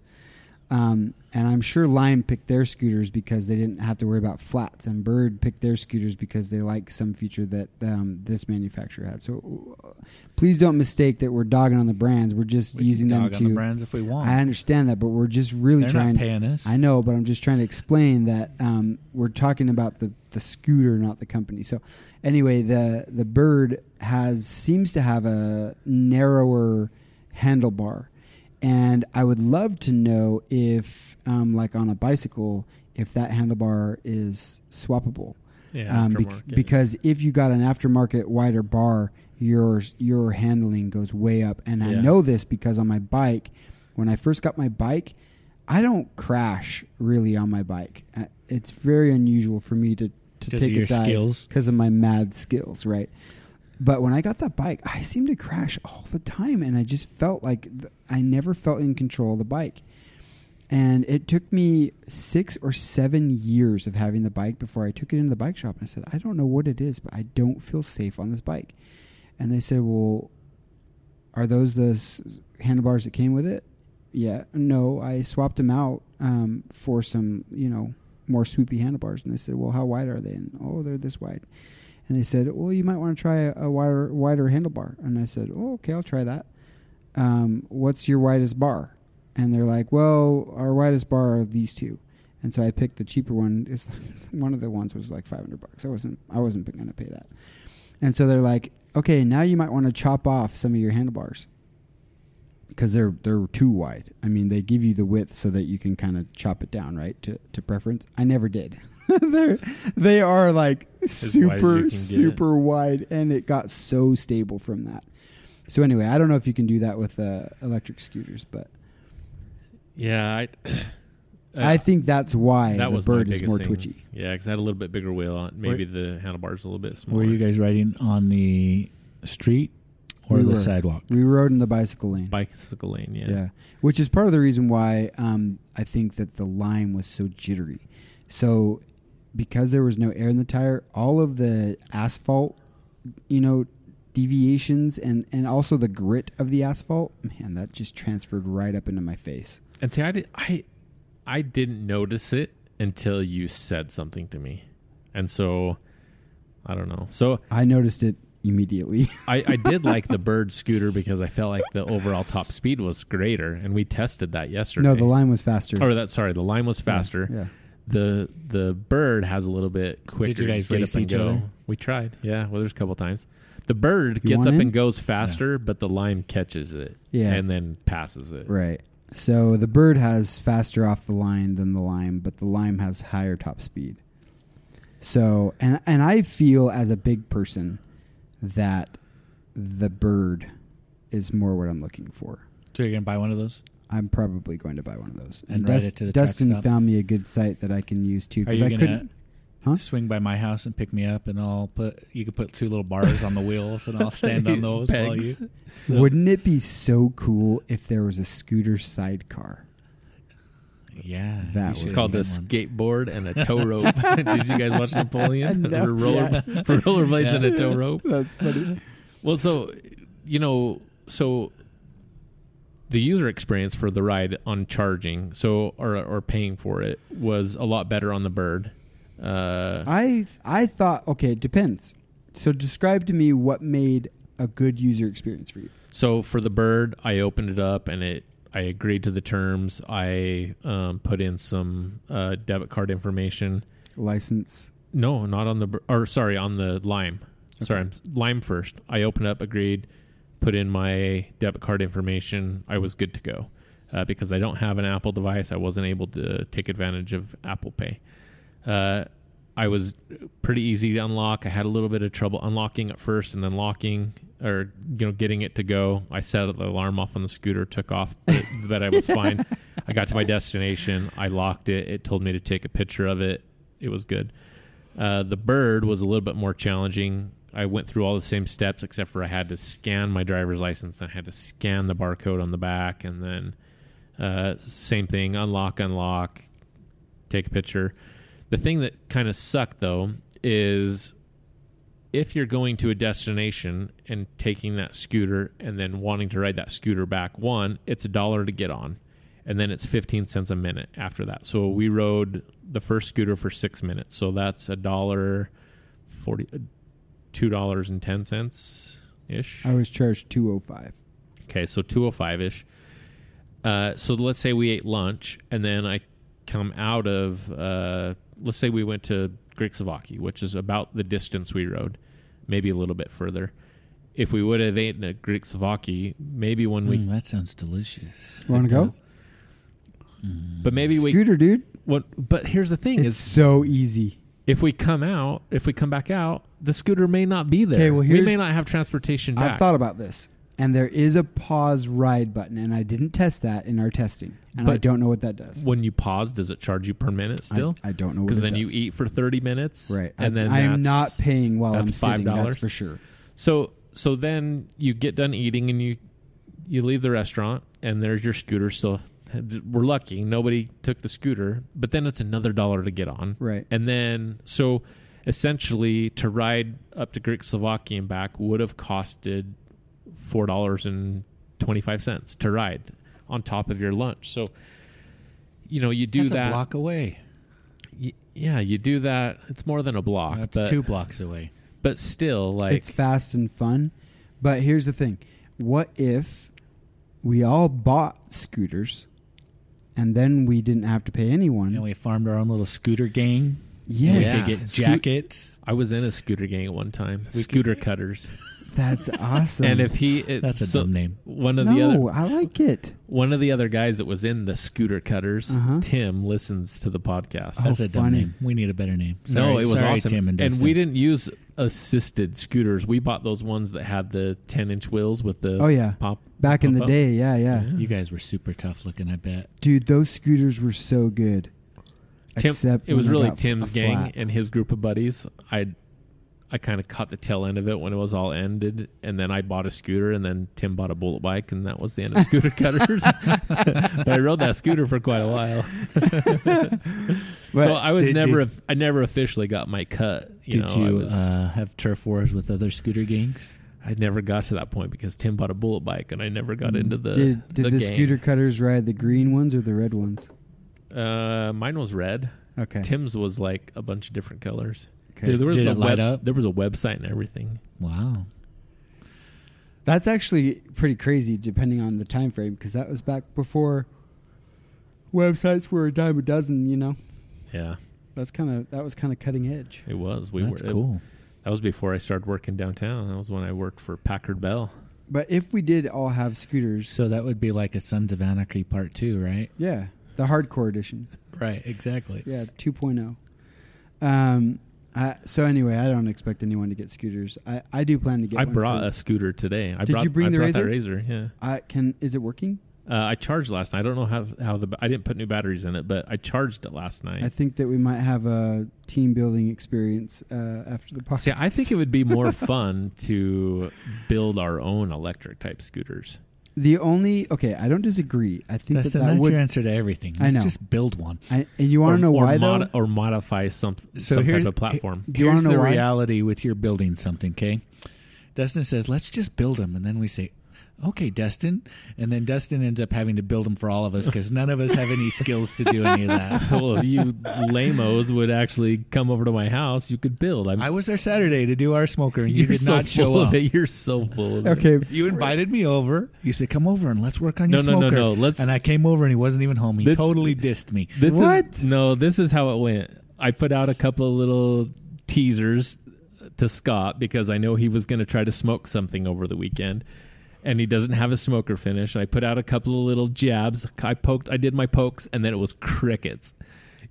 Speaker 3: Um, and I'm sure Lime picked their scooters because they didn't have to worry about flats, and Bird picked their scooters because they like some feature that um, this manufacturer had. So uh, please don't mistake that we're dogging on the brands. We're just
Speaker 2: We
Speaker 3: using
Speaker 2: can
Speaker 3: them
Speaker 2: dog
Speaker 3: to.
Speaker 2: on the brands if we want.
Speaker 3: I understand that, but we're just really
Speaker 2: They're
Speaker 3: trying.
Speaker 2: not paying us.
Speaker 3: I know, but I'm just trying to explain that um, we're talking about the, the scooter, not the company. So, anyway, the the bird has seems to have a narrower handlebar, and I would love to know if, um, like on a bicycle, if that handlebar is swappable.
Speaker 4: Yeah,
Speaker 3: um, bec-
Speaker 4: aftermarket.
Speaker 3: because if you got an aftermarket wider bar, your your handling goes way up. And I
Speaker 4: Yeah.
Speaker 3: know this because on my bike, when I first got my bike, I don't crash really on my bike. Uh, It's very unusual for me to to
Speaker 2: 'Cause
Speaker 3: take
Speaker 2: of your
Speaker 3: a dive
Speaker 2: skills.
Speaker 3: because of my mad skills, right? But when I got that bike, I seemed to crash all the time, and I just felt like th- I never felt in control of the bike. And it took me six or seven years of having the bike before I took it into the bike shop and I said, I don't know what it is, but I don't feel safe on this bike. And they said, Well, are those the s- handlebars that came with it? Yeah, no, I swapped them out um, for some, you know, more swoopy handlebars. And they said, Well, how wide are they? And oh, they're this wide. And they said, Well, you might want to try a, a wider, wider handlebar. And I said, Oh, okay, I'll try that um, what's your widest bar? And they're like, well, our widest bar are these two. And so I picked the cheaper one. It's <laughs> one of the ones was like 500 bucks. I wasn't, I wasn't going to pay that. And so they're like, okay, now you might want to chop off some of your handlebars because they're, they're too wide. I mean, they give you the width so that you can kind of chop it down, right? To, to preference. I never did. <laughs> they're, they are like
Speaker 4: as you can
Speaker 3: super,
Speaker 4: get it.
Speaker 3: super wide. And it got so stable from that. So anyway, I don't know if you can do that with uh, electric scooters, but
Speaker 4: yeah, I, <clears throat> uh,
Speaker 3: I think that's why
Speaker 4: that
Speaker 3: the
Speaker 4: was my
Speaker 3: bird is
Speaker 4: biggest
Speaker 3: more
Speaker 4: thing.
Speaker 3: twitchy.
Speaker 4: Yeah, because I had a little bit bigger wheel on. Maybe the handlebars a little bit smaller.
Speaker 2: Were you guys riding on the street or
Speaker 3: We
Speaker 2: the
Speaker 3: were.
Speaker 2: sidewalk?
Speaker 3: We rode in the bicycle lane,
Speaker 4: bicycle lane? Yeah.
Speaker 3: yeah. which is part of the reason why um, I think that the line was so jittery. So because there was no air in the tire, all of the asphalt, you know, deviations and and also the grit of the asphalt, man, that just transferred right up into my face.
Speaker 4: And see, I did, I I didn't notice it until you said something to me, and so I don't know. So
Speaker 3: I noticed it immediately. <laughs>
Speaker 4: I, I did like the bird scooter because I felt like the overall top speed was greater, and we tested that yesterday.
Speaker 3: no, the line was faster.
Speaker 4: Or that sorry, the line was Oh, faster.
Speaker 3: Yeah.
Speaker 4: The the bird has a little bit quicker.
Speaker 2: you guys
Speaker 4: get
Speaker 2: race
Speaker 4: up and
Speaker 2: each
Speaker 4: go.
Speaker 2: other?
Speaker 4: We tried. Yeah, well, there's a couple times. The bird gets
Speaker 3: want
Speaker 4: up
Speaker 3: in?
Speaker 4: and goes faster, but the line catches it.
Speaker 3: Yeah.
Speaker 4: and then passes it.
Speaker 3: Right. So the bird has faster off the line than the lime, but the lime has higher top speed. So and and I feel as a big person that the bird is more what I'm looking for.
Speaker 2: So you're gonna buy one of those?
Speaker 3: I'm probably going to buy one of those.
Speaker 2: And ride it to the truck
Speaker 3: Dustin
Speaker 2: stop.
Speaker 3: found me a good site that I can use too
Speaker 2: Are
Speaker 3: because
Speaker 2: you
Speaker 3: I
Speaker 2: gonna
Speaker 3: couldn't. Huh?
Speaker 2: swing by my house and pick me up, and I'll put you could put two little bars on the wheels, and I'll stand
Speaker 3: <laughs>
Speaker 2: on those while you.
Speaker 4: Pegs.
Speaker 3: Wouldn't it be so cool if there was a scooter sidecar?
Speaker 2: Yeah,
Speaker 3: That
Speaker 2: you
Speaker 3: was-
Speaker 2: should
Speaker 4: It's called a
Speaker 2: get one.
Speaker 4: skateboard and
Speaker 3: <laughs>
Speaker 4: a tow rope. <laughs> Did you guys watch Napoleon?
Speaker 3: No.
Speaker 4: Or roller, <laughs> rollerblades and a tow rope.
Speaker 3: <laughs> That's funny.
Speaker 4: Well, so you know, so the user experience for the ride on charging, so or or paying for it, was a lot better on the bird. Uh,
Speaker 3: I I thought okay, it depends. So describe to me what made a good user experience for you.
Speaker 4: so for the bird, I opened it up and it. I agreed to the terms. I um, put in some uh, debit card information.
Speaker 3: License.
Speaker 4: No, not on the br- or sorry, on the lime. Sorry, I'm s- lime first. I opened up, agreed, put in my debit card information. I was good to go uh, because I don't have an Apple device. I wasn't able to take advantage of Apple Pay. Uh, I was pretty easy to unlock. I had a little bit of trouble unlocking at first and then locking or you know getting it to go. I set the alarm off on the scooter, took off, but, <laughs> but I was fine. I got to my destination. I locked it. It told me to take a picture of it. It was good. Uh, the bird was a little bit more challenging. I went through all the same steps except for I had to scan my driver's license. I had to scan the barcode on the back, and then uh, same thing: unlock, unlock, take a picture. The thing that kind of sucked though is if you're going to a destination and taking that scooter and then wanting to ride that scooter back, one, it's a dollar to get on. and then it's 15 cents a minute after that. So we rode the first scooter for six minutes. So that's a dollar forty, uh, two dollars and ten cents ish.
Speaker 3: I was charged two oh five.
Speaker 4: Okay, so 205 ish. Uh, so let's say we ate lunch, and then I come out of, uh, let's say we went to Griksavaki, which is about the distance we rode, maybe a little bit further. If we would have eaten at Griksavaki, maybe when we,
Speaker 3: Hmm.
Speaker 2: Mm, that sounds delicious.
Speaker 3: You want to go?
Speaker 4: but maybe we,
Speaker 3: Scooter, dude.
Speaker 4: what, but here's the thing
Speaker 3: It's
Speaker 4: is
Speaker 3: so easy.
Speaker 4: if we come out, if we come back out, the scooter may not be there.
Speaker 3: 'Kay, well,
Speaker 4: we
Speaker 3: here's-
Speaker 4: may not have transportation back.
Speaker 3: I've thought about this, and there is a pause ride button, and I didn't test that in our testing, and I
Speaker 4: But-
Speaker 3: don't know what that does.
Speaker 4: when you pause, does it charge you per minute
Speaker 3: I-
Speaker 4: still?
Speaker 3: I, don't know what
Speaker 4: Because
Speaker 3: it
Speaker 4: then you
Speaker 3: does.
Speaker 4: eat for 30 minutes.
Speaker 3: right,
Speaker 4: And
Speaker 3: I,
Speaker 4: then
Speaker 3: I am not
Speaker 4: that's-
Speaker 3: paying while I'm
Speaker 4: that's
Speaker 3: sitting.
Speaker 4: $5.
Speaker 3: That's for sure.
Speaker 4: So so then you get done eating and you you leave the restaurant and there's your scooter still. We're lucky nobody took the scooter, but then it's another dollar to get on.
Speaker 3: Right.
Speaker 4: And then so essentially to ride up to Greek Slovakia and back would have costed four dollars and twenty five cents to ride on top of your lunch. So you know you do
Speaker 2: That's
Speaker 4: that.
Speaker 2: a block away.
Speaker 4: y- yeah, you do that. It's more than a block,
Speaker 2: That's
Speaker 4: but
Speaker 2: two blocks away.
Speaker 4: but still like
Speaker 3: it's fast and fun. But here's the thing: what if we all bought scooters, and then we didn't have to pay
Speaker 4: Mm.
Speaker 3: anyone?
Speaker 2: And we farmed our own little scooter gang.
Speaker 3: yes,
Speaker 4: Yeah.
Speaker 2: We could get
Speaker 4: Scoot-
Speaker 2: jackets.
Speaker 4: I was in a scooter gang at one time. scooter cutters.
Speaker 3: <laughs>
Speaker 4: <laughs>
Speaker 3: that's awesome.
Speaker 4: And if he, it,
Speaker 2: That's a
Speaker 4: so
Speaker 2: dumb name.
Speaker 4: One of
Speaker 3: no,
Speaker 4: the other,
Speaker 3: I like it.
Speaker 4: one of the other guys that was in the scooter cutters,
Speaker 3: Uh-huh.
Speaker 4: Tim listens to the podcast.
Speaker 2: That's a dumb
Speaker 3: funny.
Speaker 2: name. We need a better name.
Speaker 4: no,
Speaker 2: Oh, Sorry-
Speaker 4: it was
Speaker 2: sorry,
Speaker 4: awesome.
Speaker 2: Tim and,
Speaker 4: and we
Speaker 2: Dustin.
Speaker 4: didn't use assisted scooters. We bought those ones that had the ten inch wheels with the
Speaker 3: Oh yeah,
Speaker 4: pop.
Speaker 3: back in the
Speaker 4: pop-up.
Speaker 3: day, yeah, yeah,
Speaker 4: Yeah.
Speaker 2: You guys were super tough looking. I bet.
Speaker 3: dude, those scooters were so good.
Speaker 4: Tim,
Speaker 3: Except
Speaker 4: it was
Speaker 3: when I
Speaker 4: really
Speaker 3: got
Speaker 4: Tim's
Speaker 3: a
Speaker 4: gang
Speaker 3: flat.
Speaker 4: and his group of buddies. I I kind of caught the tail end of it when it was all ended, and then I bought a scooter, and then Tim bought a bullet bike, and that was the end of scooter cutters. <laughs> but I rode that scooter for quite a while,
Speaker 3: But
Speaker 4: so I was
Speaker 2: did-
Speaker 4: never I never officially got my cut. You
Speaker 2: Did
Speaker 4: know, I
Speaker 2: you
Speaker 4: was,
Speaker 2: uh, have turf wars with other scooter gangs?
Speaker 4: I never got to that point because Tim bought a bullet bike, and I never got into the
Speaker 3: Mm, did did
Speaker 4: the,
Speaker 3: the,
Speaker 4: gang.
Speaker 3: scooter cutters ride the green ones or the red ones?
Speaker 4: Uh, mine was red.
Speaker 3: Okay,
Speaker 4: Tim's was like a bunch of different colors.
Speaker 3: okay.
Speaker 4: Dude, there was
Speaker 2: Did
Speaker 4: a
Speaker 2: it light
Speaker 4: web,
Speaker 2: up?
Speaker 4: There was a website and everything.
Speaker 2: Wow.
Speaker 3: That's actually pretty crazy, depending on the time frame, because that was back before websites were a dime a dozen. You know,
Speaker 4: Yeah.
Speaker 3: that's kind of that was kind of cutting edge.
Speaker 4: It was. We
Speaker 2: That's
Speaker 4: were uh,
Speaker 2: cool.
Speaker 4: That was before I started working downtown. That was when I worked for Packard Bell.
Speaker 3: But if we did all have scooters,
Speaker 2: So that would be like a Sons of Anarchy part two, right?
Speaker 3: yeah, the hardcore edition,
Speaker 2: Right, exactly.
Speaker 3: yeah, 2.0. Um, I, so anyway, I don't expect anyone to get scooters. I, I do plan to get.
Speaker 4: I
Speaker 3: one
Speaker 4: brought
Speaker 3: for-
Speaker 4: a scooter today. I
Speaker 3: Did
Speaker 4: brought,
Speaker 3: you bring
Speaker 4: I
Speaker 3: the
Speaker 4: brought that razor? Yeah.
Speaker 3: I can. Is it working?
Speaker 4: Uh, I charged last night. I don't know how how the I didn't put new batteries in it, but I charged it last night.
Speaker 3: I think that we might have a team building experience uh, after the podcast.
Speaker 4: See, I think it would be more fun to build our own electric type scooters.
Speaker 3: the only okay. I don't disagree. I think
Speaker 2: Dustin,
Speaker 3: that that
Speaker 2: that's
Speaker 3: would.
Speaker 2: your answer to everything.
Speaker 3: I
Speaker 2: Let's
Speaker 3: know.
Speaker 2: just build one.
Speaker 3: I, and you want
Speaker 4: or,
Speaker 3: to know
Speaker 4: or
Speaker 3: why
Speaker 4: mod-
Speaker 3: though?
Speaker 4: or modify some some type of platform.
Speaker 2: <laughs>
Speaker 3: Do you wanna
Speaker 2: here's
Speaker 3: know
Speaker 2: the
Speaker 3: why?
Speaker 2: reality with your building something, okay? Dustin says, let's just build them. And then we say, okay, Dustin. And then Dustin ends up having to build them for all of us because none of us have any skills to do any of
Speaker 3: <laughs>
Speaker 2: that.
Speaker 4: well, if you lamos would actually come over to my house, you could build. I'm,
Speaker 2: I was there Saturday to do our smoker, and you
Speaker 4: you're
Speaker 2: did
Speaker 4: so
Speaker 2: not show
Speaker 4: full
Speaker 2: up.
Speaker 4: of it. You're so full of it.
Speaker 3: Okay,
Speaker 2: You invited me over. You said, "Come over and let's work on
Speaker 4: No,
Speaker 2: your
Speaker 4: no, no,
Speaker 2: smoker."
Speaker 4: no, let's-
Speaker 2: And I came over, and he wasn't even home. He
Speaker 4: Let's-
Speaker 2: totally dissed me.
Speaker 4: This is
Speaker 3: What?
Speaker 4: no, this is how it went. I put out a couple of little teasers to Scott because I know he was going to try to smoke something over the weekend and he doesn't have his smoker finish. And I put out a couple of little jabs. I poked, I did my pokes and then it was crickets.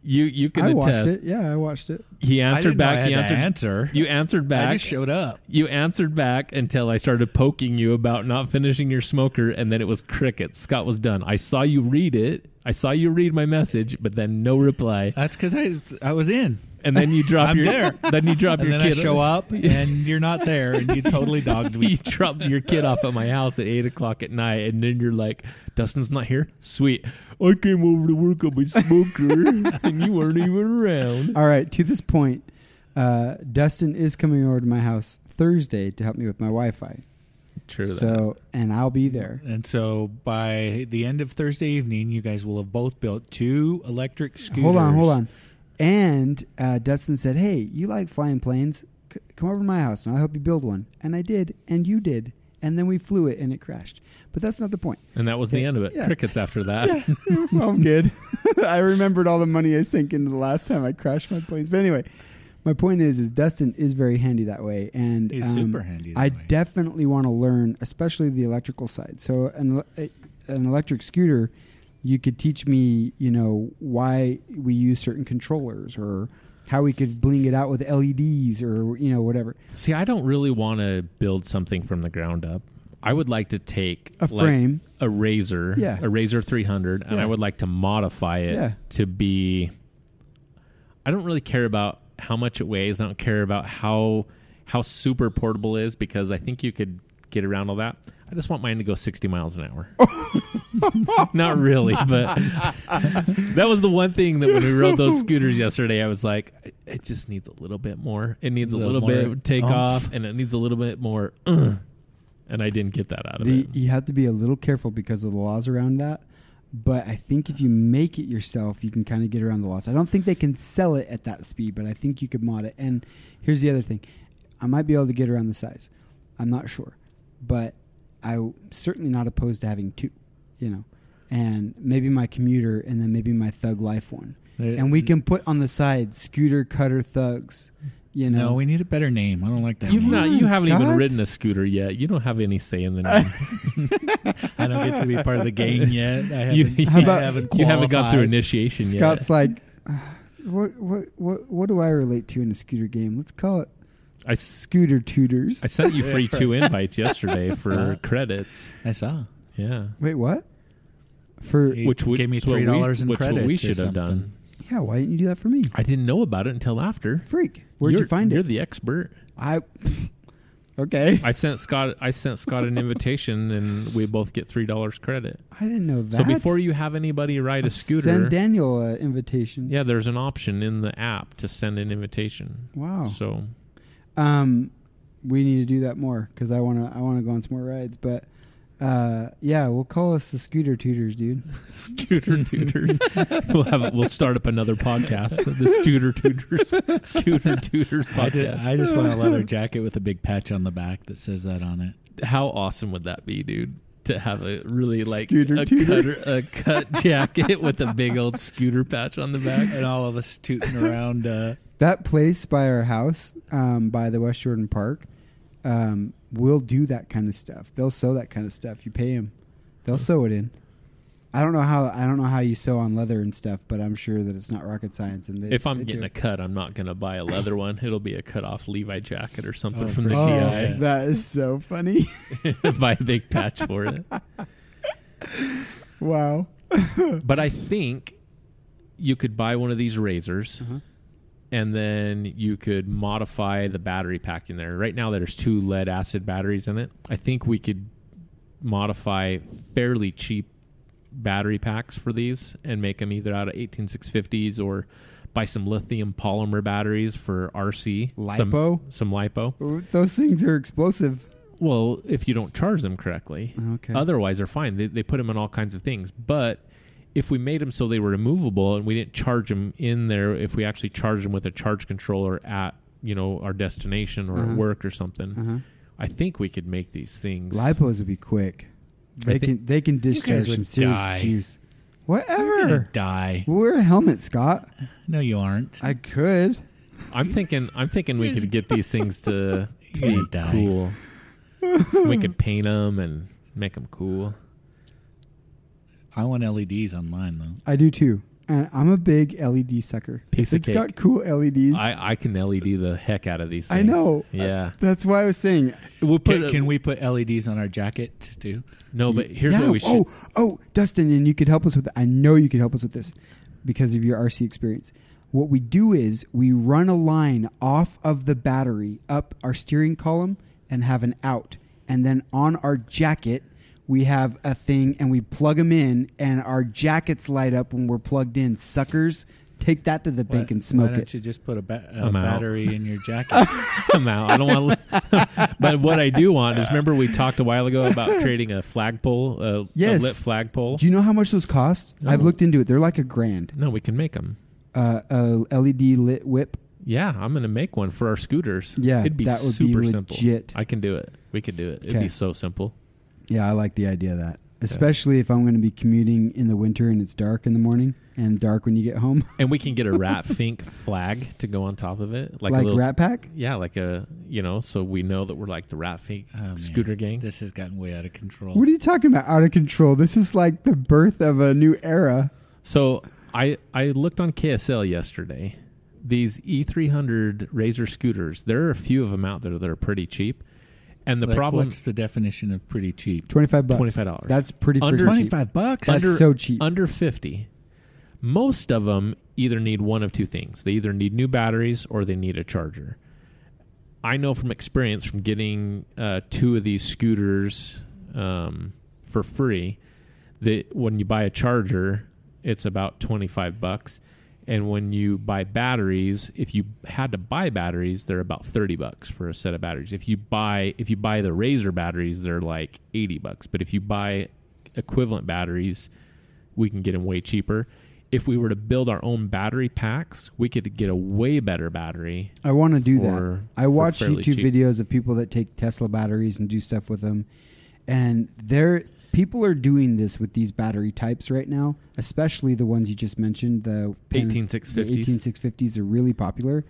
Speaker 4: You you can
Speaker 3: I watched
Speaker 4: attest.
Speaker 3: it. Yeah, I watched it.
Speaker 4: He
Speaker 2: I
Speaker 4: answered
Speaker 2: didn't know I
Speaker 4: back.
Speaker 2: had
Speaker 4: He
Speaker 2: to
Speaker 4: answered
Speaker 2: answer.
Speaker 4: You answered
Speaker 2: I
Speaker 4: back.
Speaker 2: just showed up.
Speaker 4: You answered back until I started poking you about not finishing your smoker, and then it was crickets. Scott was done. I saw you read it. I saw you read my message, but then no reply.
Speaker 2: That's because I I was in,
Speaker 4: And
Speaker 2: <laughs>
Speaker 4: then you drop
Speaker 2: I'm
Speaker 4: your
Speaker 2: there.
Speaker 4: <laughs> then you drop
Speaker 2: and
Speaker 4: your
Speaker 2: then I
Speaker 4: kid
Speaker 2: show up, and you're not there, and you totally dogged
Speaker 4: <laughs> You
Speaker 2: me.
Speaker 4: drop your kid off at my house at eight o'clock at night, and then you're like, "Dustin's not here. Sweet, I came over to work on
Speaker 2: <laughs>
Speaker 4: my smoker, and you weren't even around."
Speaker 3: All right, to this point, uh, Dustin is coming over to my house Thursday to help me with my Wi Fi.
Speaker 4: True that.
Speaker 3: so and I'll be there.
Speaker 2: And so by the end of Thursday evening, you guys will have both built two electric scooters.
Speaker 3: Hold on, hold on. And uh, Dustin said, "Hey, you like flying planes? C- come over to my house and I'll help you build one." And I did, and you did, and then we flew it and it crashed. But that's not the point.
Speaker 4: and that was the end of it.
Speaker 3: Yeah.
Speaker 4: Crickets after that.
Speaker 3: well, <laughs> I'm good. <laughs> I remembered all the money I sank into the last time I crashed my planes. But anyway, my point is, is Dustin is very handy that way, and um,
Speaker 2: He's super handy that
Speaker 3: I
Speaker 2: way.
Speaker 3: definitely want to learn, especially the electrical side. So an ele- an electric scooter, you could teach me, you know, why we use certain controllers or how we could bling it out with LEDs or you know whatever.
Speaker 4: See, I don't really want to build something from the ground up. I would like to take
Speaker 3: A
Speaker 4: like,
Speaker 3: frame.
Speaker 4: a razor,
Speaker 3: Yeah.
Speaker 4: a razor 300, and
Speaker 3: Yeah.
Speaker 4: I would like to modify it
Speaker 3: Yeah.
Speaker 4: to be. I don't really care about how much it weighs. I don't care about how how super portable it is because I think you could get around all that. I just want mine to go 60 miles an
Speaker 3: <laughs>
Speaker 4: hour. Not really, but <laughs> that was the one thing that when we rode those scooters yesterday, I was like, "It- it just needs a little bit more. It needs a
Speaker 2: Little
Speaker 4: little,
Speaker 2: more
Speaker 4: bit of take
Speaker 2: oomph.
Speaker 4: off, and it needs a little bit more. <clears throat> "Ugh." and I didn't get that out of
Speaker 3: The,
Speaker 4: it.
Speaker 3: you have to be a little careful because of the laws around that. But I think if you make it yourself, you can kind of get around the laws. I don't think they can sell it at that speed, but I think you could mod it. And here's the other thing I might be able to get around the size. I'm not sure. But I'm certainly not opposed to having two, you know, and maybe my commuter and then maybe my thug life one.
Speaker 2: There-
Speaker 3: And we can put on the side scooter cutter thugs, you know.
Speaker 2: No, we need a better name. I don't like that.
Speaker 4: You've
Speaker 2: name.
Speaker 4: not, you
Speaker 3: on,
Speaker 4: haven't even
Speaker 3: Scott.
Speaker 4: ridden a scooter yet. You don't have any say in the name.
Speaker 2: I don't get to be part of the
Speaker 4: <laughs>
Speaker 2: gang yet. I haven't,
Speaker 4: You-
Speaker 3: How
Speaker 2: I
Speaker 3: about-
Speaker 2: haven't
Speaker 4: you haven't gone through
Speaker 2: qualified.
Speaker 4: initiation
Speaker 3: Scott's
Speaker 4: yet.
Speaker 3: like, <sighs> "Ah, what, what, what, what do I relate to in a scooter game? Let's call it
Speaker 4: I, s-
Speaker 3: Scooter Tutors.
Speaker 4: I sent you free two invites yesterday for credits.
Speaker 2: I saw.
Speaker 4: Yeah.
Speaker 3: Wait, what? For
Speaker 2: He
Speaker 4: Which we,
Speaker 2: gave me
Speaker 4: it's what we-
Speaker 2: $3 in
Speaker 4: which what we
Speaker 2: credits or
Speaker 4: should have
Speaker 2: something.
Speaker 4: done.
Speaker 3: yeah, why didn't you do that for me?
Speaker 4: I didn't know about it until after.
Speaker 3: Freak, where'd
Speaker 4: you're,
Speaker 3: you find
Speaker 4: You're
Speaker 3: it?
Speaker 4: the expert.
Speaker 3: I <laughs> okay.
Speaker 4: I sent Scott. I sent Scott an invitation, and we both get three dollars credit.
Speaker 3: I didn't know that.
Speaker 4: So before you have anybody ride a scooter,
Speaker 3: send Daniel an invitation.
Speaker 4: yeah, there's an option in the app to send an invitation.
Speaker 3: Wow.
Speaker 4: So
Speaker 3: Um, we need to do that more because I wanna I wanna go on some more rides. But uh, yeah, we'll call us the Scooter Tutors, dude.
Speaker 4: Scooter tutors. <laughs> we'll have we'll start up another podcast. The Scooter tutors. Scooter tutors
Speaker 2: I, did,
Speaker 4: podcast.
Speaker 2: I just want a
Speaker 4: <laughs>
Speaker 2: leather jacket with a big patch on the back that says that on it.
Speaker 4: How awesome would that be, dude? To have a really like
Speaker 3: Scooter
Speaker 4: a,
Speaker 3: tutor.
Speaker 4: cutter, a cut jacket with a big old scooter patch on the back.
Speaker 2: And all of us
Speaker 4: <laughs>
Speaker 2: tooting around. Uh,
Speaker 3: That place by our house, um, by the West Jordan Park, um, will do that kind of stuff. They'll sew that kind of stuff. You pay them, they'll sew it in. I don't know how I don't know how you sew on leather and stuff, but I'm sure that it's not rocket science. And they,
Speaker 4: If I'm
Speaker 3: they
Speaker 4: getting
Speaker 3: do.
Speaker 4: a cut, I'm not gonna buy a leather one. It'll be a cut off Levi jacket or something
Speaker 2: Oh,
Speaker 4: from
Speaker 2: for
Speaker 4: the
Speaker 2: sure.
Speaker 3: oh,
Speaker 4: GI.
Speaker 3: that is so funny! <laughs>
Speaker 4: <laughs> buy a big patch for it.
Speaker 3: wow.
Speaker 4: But I think you could buy one of these razors
Speaker 3: Uh-huh.
Speaker 4: and then you could modify the battery pack in there. Right now there's two lead acid batteries in it. I think we could modify fairly cheap battery packs for these and make them either out of 18650s or buy some lithium polymer batteries for RC, some-
Speaker 3: Lipo?
Speaker 4: some lipo.
Speaker 3: Those things are explosive.
Speaker 4: Well, if you don't charge them correctly,
Speaker 3: Okay.
Speaker 4: otherwise they're fine. They, they put them in all kinds of things. But if we made them so they were removable and we didn't charge them in there, if we actually charged them with a charge controller at you know our destination or
Speaker 3: Uh-huh.
Speaker 4: at work or something,
Speaker 3: Uh-huh.
Speaker 4: I think we could make these things.
Speaker 3: Lipos would be quick. They
Speaker 4: think-
Speaker 3: can they can discharge
Speaker 2: would
Speaker 3: some serious
Speaker 2: die.
Speaker 3: juice.
Speaker 2: I'm gonna
Speaker 3: Whatever.
Speaker 2: die.
Speaker 3: Wear a helmet, Scott.
Speaker 4: <laughs>
Speaker 2: No, you aren't.
Speaker 3: I could.
Speaker 4: I'm thinking. I'm thinking we could get these
Speaker 3: <laughs>
Speaker 4: things to, to
Speaker 2: You're
Speaker 4: be
Speaker 2: gonna die.
Speaker 4: cool. we could paint them and make them cool.
Speaker 2: I want LEDs on mine though.
Speaker 3: I do too. And I'm a big LED sucker.
Speaker 4: Piece
Speaker 3: It's
Speaker 4: of
Speaker 3: got
Speaker 4: cake.
Speaker 3: cool LEDs.
Speaker 4: I, I can LED the heck out of these.
Speaker 3: I
Speaker 4: things.
Speaker 3: know. Uh,
Speaker 4: Yeah.
Speaker 3: That's why I was saying.
Speaker 4: We'll
Speaker 2: Can, can we put LEDs on our jacket too?
Speaker 4: No, but here's
Speaker 3: Yeah,
Speaker 4: what we should.
Speaker 3: Oh, oh, Dustin, and you could help us with. I know you could help us with this because of your RC experience. What we do is we run a line off of the battery up our steering column and have an out, and then on our jacket we have a thing and we plug them in, and our jackets light up when we're plugged in. Suckers, Take that to the
Speaker 2: Why-
Speaker 3: bank and smoke
Speaker 2: Why don't
Speaker 3: it.
Speaker 2: you just put a, ba- a
Speaker 4: I'm out.
Speaker 2: battery in your
Speaker 3: <laughs>
Speaker 2: jacket? <laughs>
Speaker 4: I'm out. I don't want. to <laughs> But what I do want is remember we talked a while ago about creating a flagpole, a,
Speaker 3: Yes.
Speaker 4: a lit flagpole.
Speaker 3: Do you know how much those cost? I've
Speaker 4: No.
Speaker 3: looked into it. They're like a grand.
Speaker 4: no, we can make them.
Speaker 3: Uh, a LED lit whip.
Speaker 4: Yeah, I'm gonna make one for our scooters.
Speaker 3: Yeah,
Speaker 4: it'd be
Speaker 3: that would be
Speaker 4: super simple.
Speaker 3: legit.
Speaker 4: I can do it. We could do it. It'd
Speaker 3: Okay.
Speaker 4: be so simple.
Speaker 3: Yeah, I like the idea of that. Especially if I'm going to be commuting in the winter and it's dark in the morning and dark when you get home,
Speaker 4: And we can get a
Speaker 3: <laughs>
Speaker 4: Rat Fink flag to go on top of it, like,
Speaker 3: like,
Speaker 4: a little.
Speaker 3: Rat Pack.
Speaker 4: yeah, like a you know, so we know that we're like the Rat Fink
Speaker 2: Oh, man.
Speaker 4: scooter gang.
Speaker 2: This has gotten way out of control.
Speaker 3: What are you talking about? Out of control. This is like the birth of a new era.
Speaker 4: So I I looked on KSL yesterday. These E300 Razor scooters. There are a few of them out there that are pretty cheap, and the
Speaker 2: Like,
Speaker 4: problem
Speaker 2: What's the definition of pretty cheap?
Speaker 3: Twenty five bucks.
Speaker 4: $25.
Speaker 3: That's pretty
Speaker 4: Under
Speaker 3: freaking cheap.
Speaker 2: Twenty-five bucks.
Speaker 3: That's
Speaker 4: under
Speaker 3: so cheap.
Speaker 4: under fifty. Most of them either need one of two things. They either need new batteries or they need a charger. I know from experience from getting uh, two of these scooters um, for free that when you buy a charger, it's about twenty five bucks, and when you buy batteries, if you had to buy batteries, they're about thirty bucks for a set of batteries. If you buy if you buy the Razor batteries, they're like eighty bucks. But if you buy equivalent batteries, we can get them way cheaper. If we were to build our own battery packs, we could get a way better battery.
Speaker 3: I want to do that.
Speaker 4: for-
Speaker 3: I
Speaker 4: for
Speaker 3: watch
Speaker 4: fairly
Speaker 3: YouTube
Speaker 4: cheap.
Speaker 3: videos of people that take Tesla batteries and do stuff with them, and they're people are doing this with these battery types right now, especially the ones you just mentioned. The pan-
Speaker 4: 18650s.
Speaker 3: the eighteen six fifties are really popular,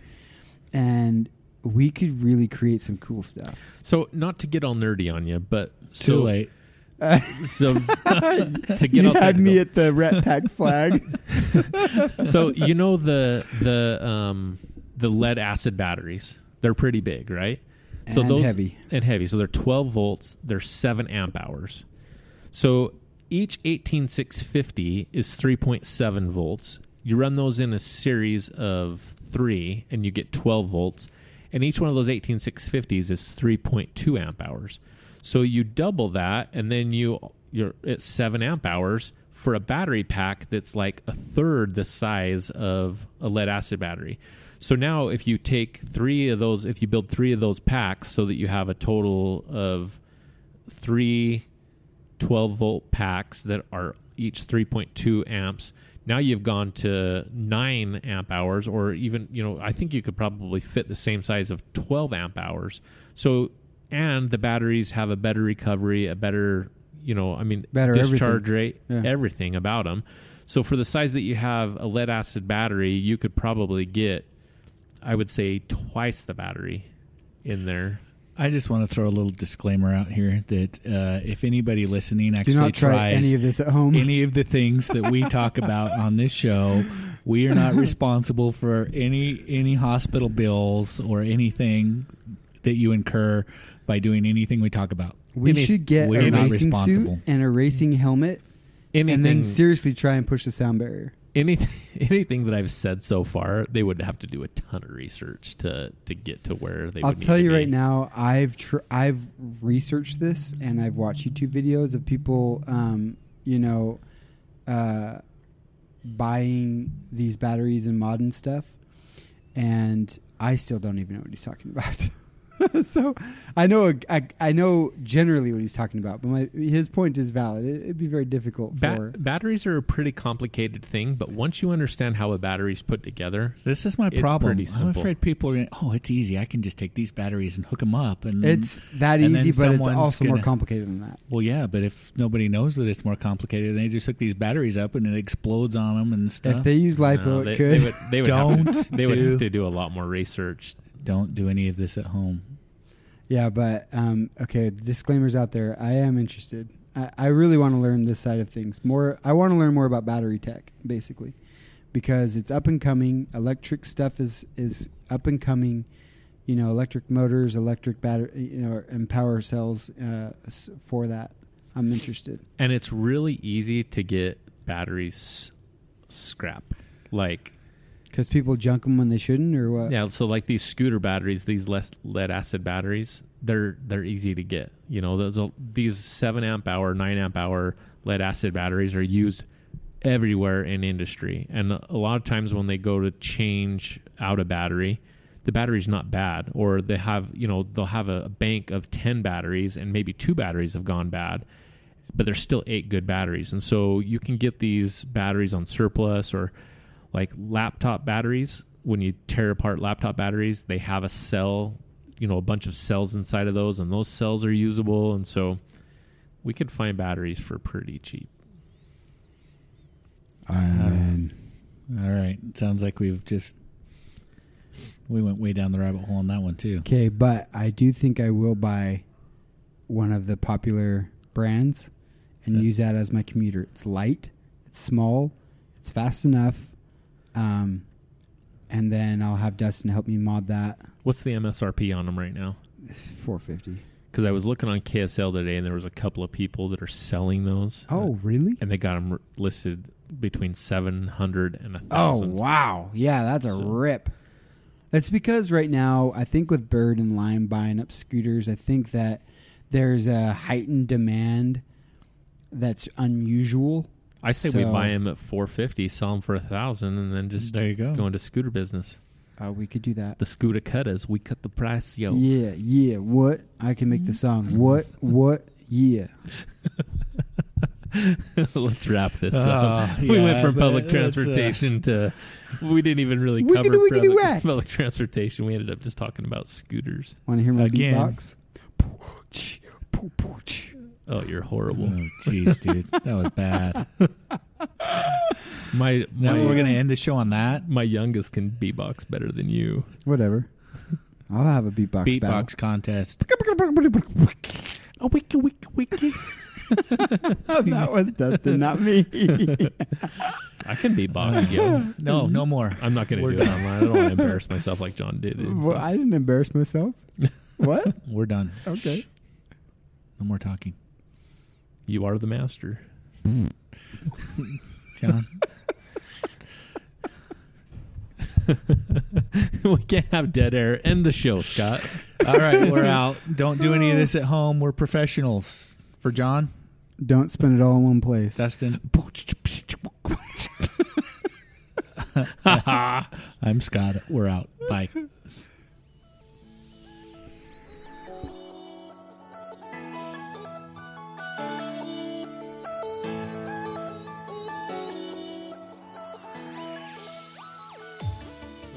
Speaker 3: and we could really create some cool stuff.
Speaker 4: So, not to get all nerdy on you, but so,
Speaker 2: Too late.
Speaker 3: <laughs>
Speaker 4: So <laughs> to get
Speaker 3: you
Speaker 4: all
Speaker 3: had
Speaker 4: technical.
Speaker 3: me at the Rat Pack flag.
Speaker 4: so you know the the um the lead acid batteries they're pretty big right so
Speaker 3: And heavy.
Speaker 4: and heavy so they're 12 volts they're 7 amp hours so each 18650 is 3.7 volts you run those in a series of 3 and you get 12 volts and each one of those 18650s is 3.2 amp hours so you double that and then you you're at 7 amp hours for a battery pack that's like a third the size of a lead acid battery. So now if you take 3 of those if you build 3 of those packs so that you have a total of 3 12 volt packs that are each 3.2 amps. Now you've gone to 9 amp hours, or even, you know, I think you could probably fit the same size of 12 amp hours. So, and the batteries have a better recovery, a better, you know, I mean,
Speaker 3: Better everything.
Speaker 4: discharge rate,
Speaker 3: Yeah.
Speaker 4: everything about them. So, for the size that you have a lead acid battery, you could probably get, I would say, twice the battery in there.
Speaker 2: I just want to throw a little disclaimer out here that uh, if anybody listening
Speaker 3: do
Speaker 2: actually
Speaker 3: not try
Speaker 2: tries
Speaker 3: any of this at home.
Speaker 2: any of the things that we talk about on this show, we are
Speaker 3: <laughs>
Speaker 2: not responsible for any any hospital bills or anything that you incur by doing anything we talk about.
Speaker 3: we
Speaker 2: Any-
Speaker 3: should get
Speaker 2: we're
Speaker 3: a
Speaker 2: not
Speaker 3: racing
Speaker 2: responsible.
Speaker 3: suit and a racing helmet,
Speaker 4: Anything,
Speaker 3: and then seriously try and push the sound barrier.
Speaker 4: anything <laughs> anything that I've said so far, they would have to do a ton of research to to get to where they.
Speaker 3: I'll
Speaker 4: would need
Speaker 3: tell
Speaker 4: to
Speaker 3: you
Speaker 4: be.
Speaker 3: right now. I've tr- I've researched this and I've watched YouTube videos of people, um, you know, uh, buying these batteries and mod and stuff, and I still don't even know what he's talking about. <laughs> so I know I, I know generally what he's talking about, but my his point is valid. It, it'd be very difficult
Speaker 4: Ba- mm.
Speaker 3: for.
Speaker 4: batteries are a pretty complicated thing, but once you understand how a battery's put together,
Speaker 2: This is my
Speaker 4: It's
Speaker 2: problem.
Speaker 4: pretty
Speaker 2: I'm
Speaker 4: simple.
Speaker 2: afraid people are going, to oh, it's easy. I can just take these batteries and hook them up. And
Speaker 3: It's that
Speaker 2: and then
Speaker 3: easy, but it's
Speaker 2: someone's
Speaker 3: also more
Speaker 2: gonna-
Speaker 3: complicated than that.
Speaker 2: well, yeah, but if nobody knows that it's more complicated, they just hook these batteries up and it explodes on them and
Speaker 3: If
Speaker 2: stuff.
Speaker 3: they use lipo,
Speaker 4: no,
Speaker 3: it
Speaker 4: uh, they,
Speaker 3: could.
Speaker 4: they would they would, have to,
Speaker 2: Don't
Speaker 4: <laughs> they would
Speaker 2: do-
Speaker 4: have to do a lot more research.
Speaker 2: Don't do any of this at home.
Speaker 3: Yeah, but um, okay. Disclaimers out there. I am interested. I, I really want to learn this side of things more. I want to learn more about battery tech, basically, because it's up and coming. Electric stuff is is up and coming. You know, electric motors, electric battery, you know, and power cells uh, s- for that. I'm interested.
Speaker 4: And it's really easy to get batteries scrap. Like
Speaker 3: Because people junk them when they shouldn't, or what?
Speaker 4: yeah, so like these scooter batteries, these less lead acid batteries, they're they're easy to get. You know, those these seven amp hour, nine amp hour lead acid batteries are used everywhere in industry. And a lot of times when they go to change out a battery, the battery's not bad, or they have you know they'll have a bank of ten batteries and maybe two batteries have gone bad, but there's still eight good batteries. And so you can get these batteries on surplus or like laptop batteries. When you tear apart laptop batteries, they have a cell, you know, a bunch of cells inside of those, and those cells are usable. And so we could find batteries for pretty cheap.
Speaker 3: Amen.
Speaker 2: All right. Sounds like we've just we went way down the rabbit hole on that one too.
Speaker 3: Okay, but I do think I will buy one of the popular brands and
Speaker 2: Yeah.
Speaker 3: use that as my commuter. It's light, it's small, it's fast enough, um, and then I'll have Dustin help me mod that.
Speaker 4: What's the MSRP on them right now?
Speaker 3: Four fifty.
Speaker 4: Because I was looking on KSL today, and there was a couple of people that are selling those.
Speaker 3: Oh, really?
Speaker 4: and they got them listed between seven hundred and a
Speaker 3: Oh
Speaker 4: thousand.
Speaker 3: wow! Yeah, that's a
Speaker 4: So-
Speaker 3: rip. That's because right now I think with Bird and Lime buying up scooters, I think that there's a heightened demand that's unusual.
Speaker 4: I say we
Speaker 3: So-
Speaker 4: buy them at four fifty, sell them for a thousand, and then just
Speaker 2: There you go.
Speaker 4: go into scooter business.
Speaker 3: Uh, we could do that.
Speaker 4: The scooter cutters, we cut the price, yo.
Speaker 3: Yeah, yeah. What I can make the song. What? What? Yeah.
Speaker 4: <laughs> Let's wrap this
Speaker 2: Oh,
Speaker 4: up. we
Speaker 2: yeah,
Speaker 4: went from
Speaker 2: but
Speaker 4: public
Speaker 2: that's, uh,
Speaker 4: transportation to we didn't even really
Speaker 3: Wiggity,
Speaker 4: cover
Speaker 3: wiggity,
Speaker 4: public,
Speaker 3: whack.
Speaker 4: <laughs> public transportation. We ended up just talking about scooters.
Speaker 3: Want to hear my
Speaker 2: Again.
Speaker 3: beatbox? Pooch, pooch, pooch.
Speaker 4: Oh, you're
Speaker 2: Oh,
Speaker 4: horrible.
Speaker 2: jeez, dude, that was bad.
Speaker 4: My
Speaker 2: Now
Speaker 4: my,
Speaker 2: we're gonna end the show on that
Speaker 4: my youngest can beatbox better than you.
Speaker 3: Whatever. I'll have a beatbox. battle.
Speaker 2: beatbox contest.
Speaker 4: Oh, wiki, wiki, wiki.
Speaker 3: <laughs> that was Dustin, not me.
Speaker 4: I can
Speaker 2: <laughs>
Speaker 4: beatbox, yo.
Speaker 2: No, no more.
Speaker 4: I'm not going to
Speaker 2: We're
Speaker 4: do it online. I don't want to embarrass myself like John did. It's
Speaker 3: well, I didn't embarrass myself. What?
Speaker 2: We're done.
Speaker 3: Okay.
Speaker 2: Shh. No more talking.
Speaker 4: you are the master. <laughs>
Speaker 2: John.
Speaker 4: we can't have dead air. End the show, Scott.
Speaker 2: <laughs> All right, we're out. Don't do any of this at home. We're professionals. For John,
Speaker 3: Don't spend it all in one place.
Speaker 2: Dustin, <laughs> I'm Scott. We're out. Bye.